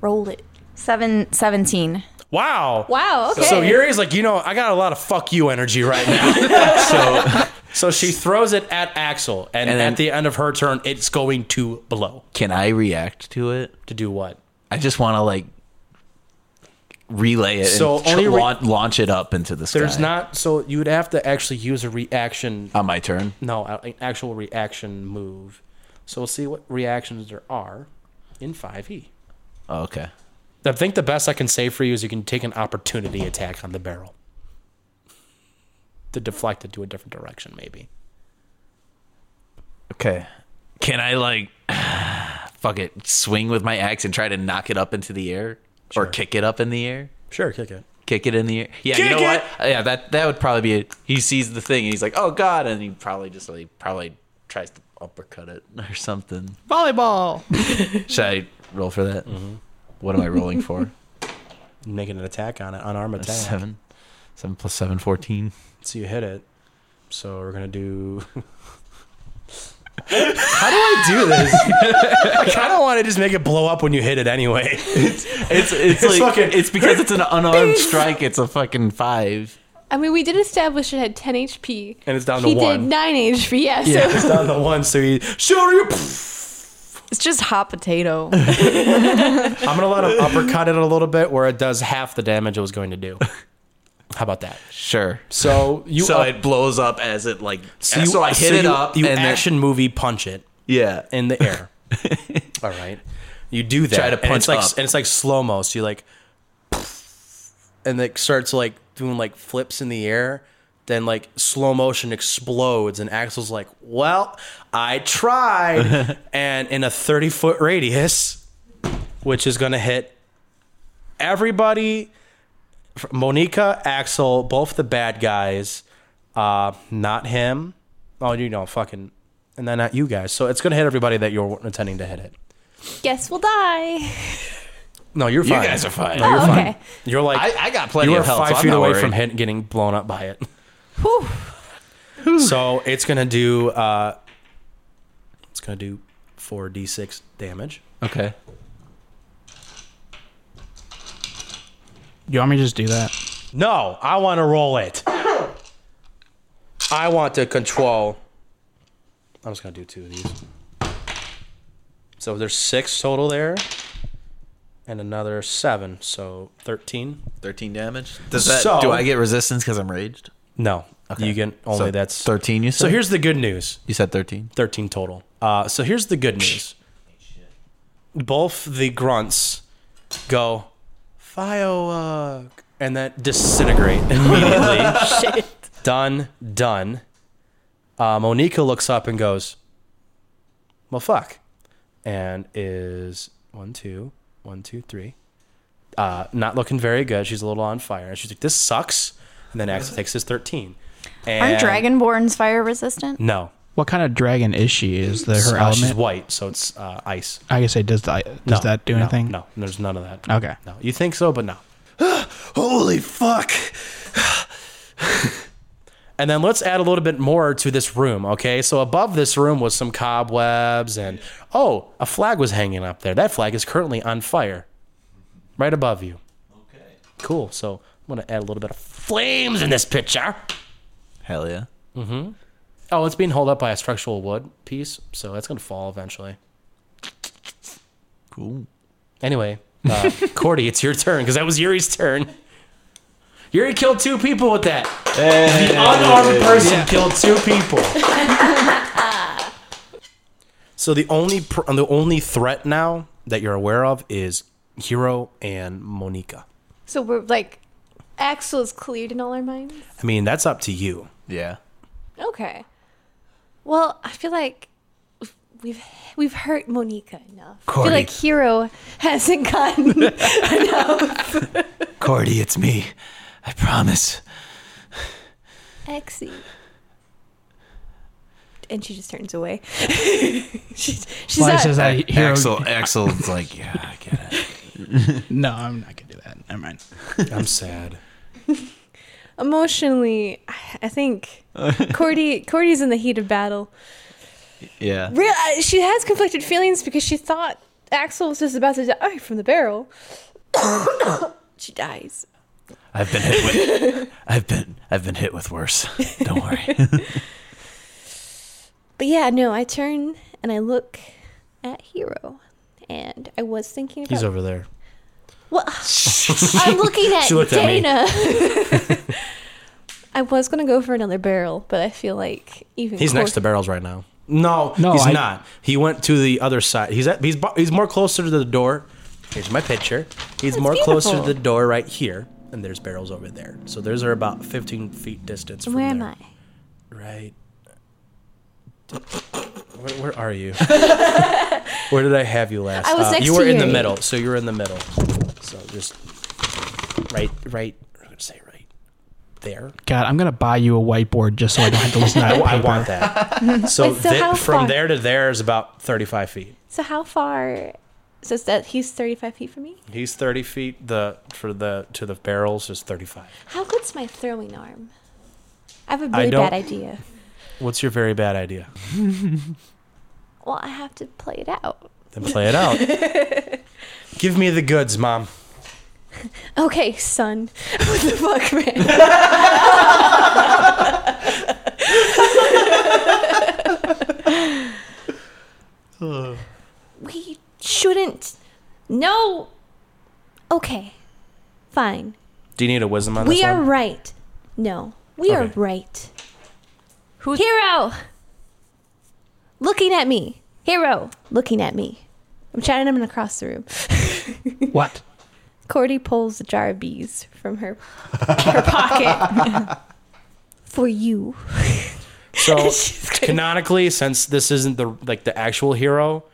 Roll it. seven, 17. Wow. Wow. Okay. So Yuri's like, you know, I got a lot of fuck you energy right now. so, so she throws it at Axel, and, And then- at the end of her turn, it's going to blow. Can I react to it? To do what? I just want to like relay it So and tr- only re- launch, launch it up into the sky. There's not. So you would have to actually use a reaction. on my turn. No, an actual reaction move. So we'll see what reactions there are in five E. Oh, okay. I think the best I can say for you is you can take an opportunity attack on the barrel to deflect it to a different direction, maybe. Okay. Can I like fuck it, swing with my axe and try to knock it up into the air or kick it up in the air? Sure, kick it. Kick it in the air. Yeah, you Kick know it! what? Uh, Yeah, that that would probably be it. He sees the thing and he's like, "Oh god." And he probably just like probably tries to uppercut it or something. Volleyball. Should I roll for that? What am I rolling for? Making an attack on it, unarmed attack. 7 7 plus 7 14. So you hit it. So we're gonna do. I do this. I kind of want to just make it blow up when you hit it anyway. It's it's, like fucking- it's because it's an unarmed strike. It's a fucking 5. I mean, we did establish it had 10 HP. And it's down to he one. did 9 HP. Yeah. Yeah, So it's down to one. So he shoot you. It's just hot potato. I'm gonna let him uppercut it a little bit where it does half the damage it was going to do. How about that? Sure. So you so up- it blows up as it like. So, you- I hit so it you- up You and then- action movie punch it yeah. in the air. All right, you do that. Try to and it's punch like up. and it's like slow mo. So you like, and it starts like doing like flips in the air. Then like slow motion explodes, and Axel's like, "Well, I tried," and in a thirty foot radius, which is gonna hit everybody. Monica, Axel, both the bad guys. Uh, not him. Oh, you know, fucking, and then not you guys. So it's gonna hit everybody that you're intending to hit it. guess we'll die. No, you're fine. You guys are fine. Oh, okay. You're like I, I got plenty you are of health. five so I'm feet not away worried. from hit, getting blown up by it. so it's gonna do uh, it's gonna do four d six damage. Okay. You want me to just do that? No, I want to roll it. I want to control. I'm just gonna do two of these. So there's six total there, and another seven, so thirteen. Thirteen damage. Does that? So- do I get resistance because I'm raged? No, you can only So that's thirteen. You said. So here's the good news. you said thirteen. 13 total. Uh, so here's the good news. Both the grunts go firework and then disintegrate immediately. Done, done. Uh, Monica looks up and goes, "Well, fuck," and is one, two, one, two, three. Uh, not looking very good. She's a little on fire, and she's like, "This sucks." And then Axel takes his thirteen. And Aren't dragonborns fire resistant? No, What kind of dragon is she? Is the her Uh, she's element? white, so it's uh, ice. I guess it does. The, does No, that do no, anything? No, there's none of that. Okay. No, you think so, but no. Holy fuck! And then let's add a little bit more to this room, okay? So above this room was some cobwebs and oh, a flag was hanging up there. That flag is currently on fire. Right above you. Okay. Cool. So I'm gonna add a little bit of flames in this picture. Hell yeah. Oh, it's being held up by a structural wood piece, so it's gonna fall eventually. Cool. Anyway, uh, Cordy, it's your turn because that was Yuri's turn. Yuri killed two people with that. The unarmed person killed two people. so the only pr- the only threat now that you're aware of is Hiro and Monica. So we're like, Axel is cleared in all our minds. I mean, that's up to you. Yeah. Okay. Well, I feel like we've we've hurt Monica enough. I Cordy. feel like Hero hasn't gotten enough. Cordy, it's me. I promise. Exy. And she just turns away. she's she's Why not, says that hero? Axel, Axel's like, yeah, I get it. No, I'm not gonna do that. Never mind. I'm sad. emotionally. I- I think Cordy Cordy's in the heat of battle. Yeah. Real, uh, she has conflicted feelings because she thought Axel was just about to die Oh, from the barrel. she dies. I've been hit with. I've been. I've been hit with worse. Don't worry. But yeah, no, I turn and I look at Hero. And I was thinking about He's over there. Well, I'm looking at She looked at me. Dana. I was gonna go for another barrel, but I feel like even He's next to close- barrels right now. No, No, he's I- not. He went to the other side. He's at, he's bu- he's more closer to the door. Here's my picture. He's more closer to beautiful. the door right here, and there's barrels over there. So those are about 15 feet distance. From Where am there. I? Right. Where, where are you? where did I have you last? Uh, I was next you to were in the Yuri. middle. So you were in the middle. So just right, right. I'm gonna say right there. God, I'm gonna buy you a whiteboard just so I don't have to listen to I, that. I paper. want that. so Wait, so thi- how from far? there to there is about 35 feet. So how far? So is that he's 35 feet from me. He's 30 feet. The for the to the barrels is 35. How good's my throwing arm? I have a I really don't- bad idea. What's your very bad idea? Well, I have to play it out. Then play it out. Give me the goods, mom. Okay, son. what the fuck, man? we shouldn't. No. Okay. Fine. Do you need a wisdom on We this are one? right. No. We are Okay. right. Hero! Looking at me. Hero! Looking at me. I'm chatting him across the room. What? Cordy pulls a jar of bees from her her pocket for you. So She's gonna- canonically, since this isn't the like the actual hero,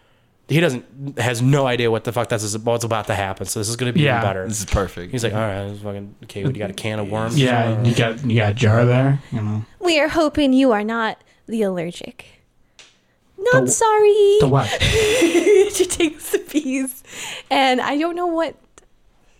he doesn't has no idea what the fuck this is what's about to happen. So this is gonna be Yeah. even better. This is perfect. He's like, all right, this is fucking okay. What, you got a can of worms? Yeah, you got you got a jar there. You know We are hoping you are not the allergic. Not The- sorry. the what? she takes the bees, and I don't know what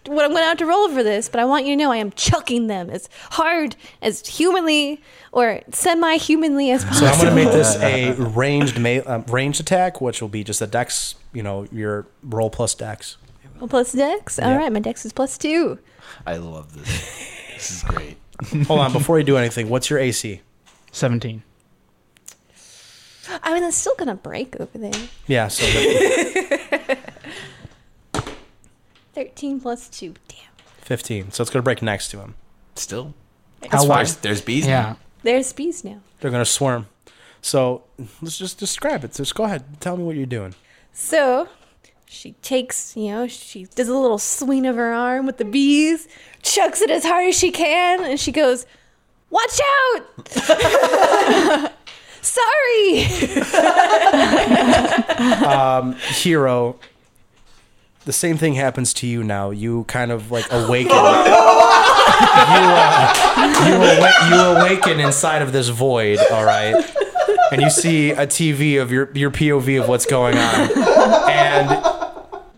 what I'm going to have to roll for this, but I want you to know I am chucking them as hard as humanly or semi-humanly as So possible. I'm gonna make this a ranged ma- um, ranged attack, which will be just a dex. You know, your roll plus dex. plus dex. All right, my dex is plus two. I love this. This is great. Hold on, before you do anything, what's your AC? Seventeen. I mean, that's still going to break over there. Yeah, so the- Thirteen plus two. Damn. 15. So it's going to break next to him. Still. How wide? There's, there's bees. Yeah. There's bees now. They're going to swarm. So let's just describe it. Just go ahead. Tell me what you're doing. So she takes, you know, she does a little swing of her arm with the bees, chucks it as hard as she can, and she goes, Watch out! Sorry! Hero, the same thing happens to you now. You kind of like awaken. you, uh, you, awa- you awaken inside of this void, all right? and you see a TV of your your POV of what's going on, and.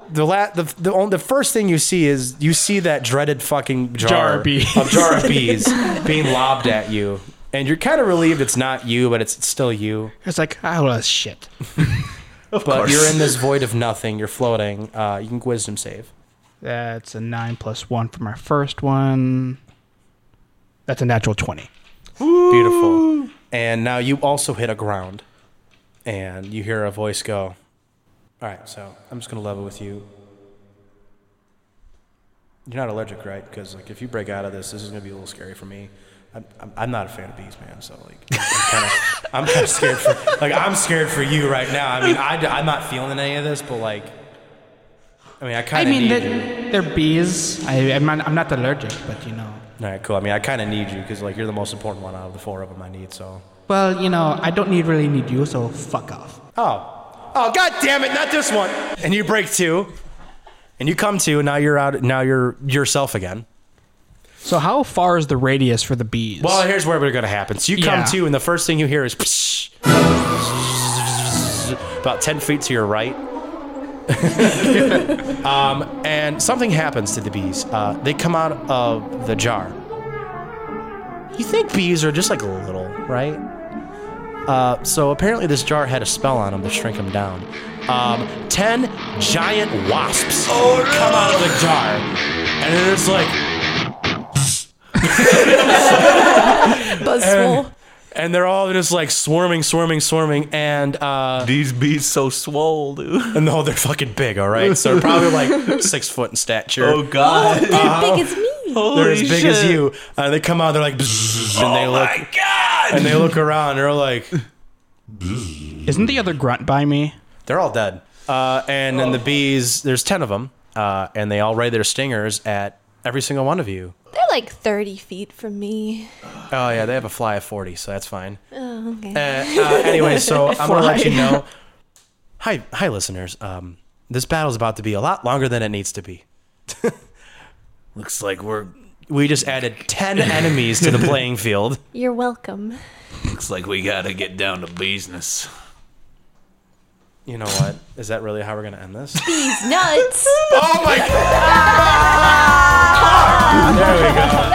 The, la- the the on- the first thing you see is you see that dreaded fucking jar, Jar of bees. of jar of bees being lobbed at you, and you're kind of relieved it's not you, but it's, it's still you. It's like, oh, well, shit. but you're in this void of nothing. You're floating. Uh, you can wisdom save. That's a nine plus one for my first one. That's a natural twenty. Beautiful. And now you also hit a ground, and you hear a voice go. All right, so I'm just gonna level with you. You're not allergic, right? Because like if you break out of this, this is gonna be a little scary for me. I'm, I'm, I'm not a fan of bees, man. So like, I'm kind of I'm kind of scared for like I'm scared for you right now. I mean, I, am not feeling any of this, but like, I mean, I I kind of mean, need that, you. they're bees. I, I'm, not, I'm not allergic, but you know. All right, cool. I mean, I kind of need you because like you're the most important one out of the four of them I need. So. Well, you know, I don't need really need you, so fuck off. Oh, oh, god damn it, not this one. And you break two, and you come to, and now you're out. Now you're yourself again. So how far is the radius for the bees? Well, here's where we're gonna happen. So you Yeah. come to, and the first thing you hear is psh, about ten feet to your right. um, and something happens to the bees. Uh, they come out of the jar. You think bees are just like little, right? Uh, so apparently, this jar had a spell on them to shrink them down. Um, ten giant wasps come out of the jar, and they're just like Buzzful. and they're all just like swarming, swarming, swarming, and uh, These bees so swole, dude. no, they're fucking big, all right. So they're probably like six foot in stature. Oh god. How big is me? they're as big as you. Uh, they come out, they're like, bzzz, and they look, My god. and they look around, they're like, Isn't the other grunt by me? they're all dead. Uh, and then the bees, there's ten of them, uh, and they all ray their stingers at every single one of you. They're like 30 feet from me. Oh yeah, they have a fly of forty, so that's fine. Oh, okay. Uh, uh, anyway, so I'm gonna let you know. Hi, hi, listeners. Um, this battle's about to be a lot longer than it needs to be. Looks like we're We just added 10 enemies to the playing field. You're welcome. Looks like we gotta get down to business. You know what? Is that really how we're going to end this? Nuts. oh my god! there we go.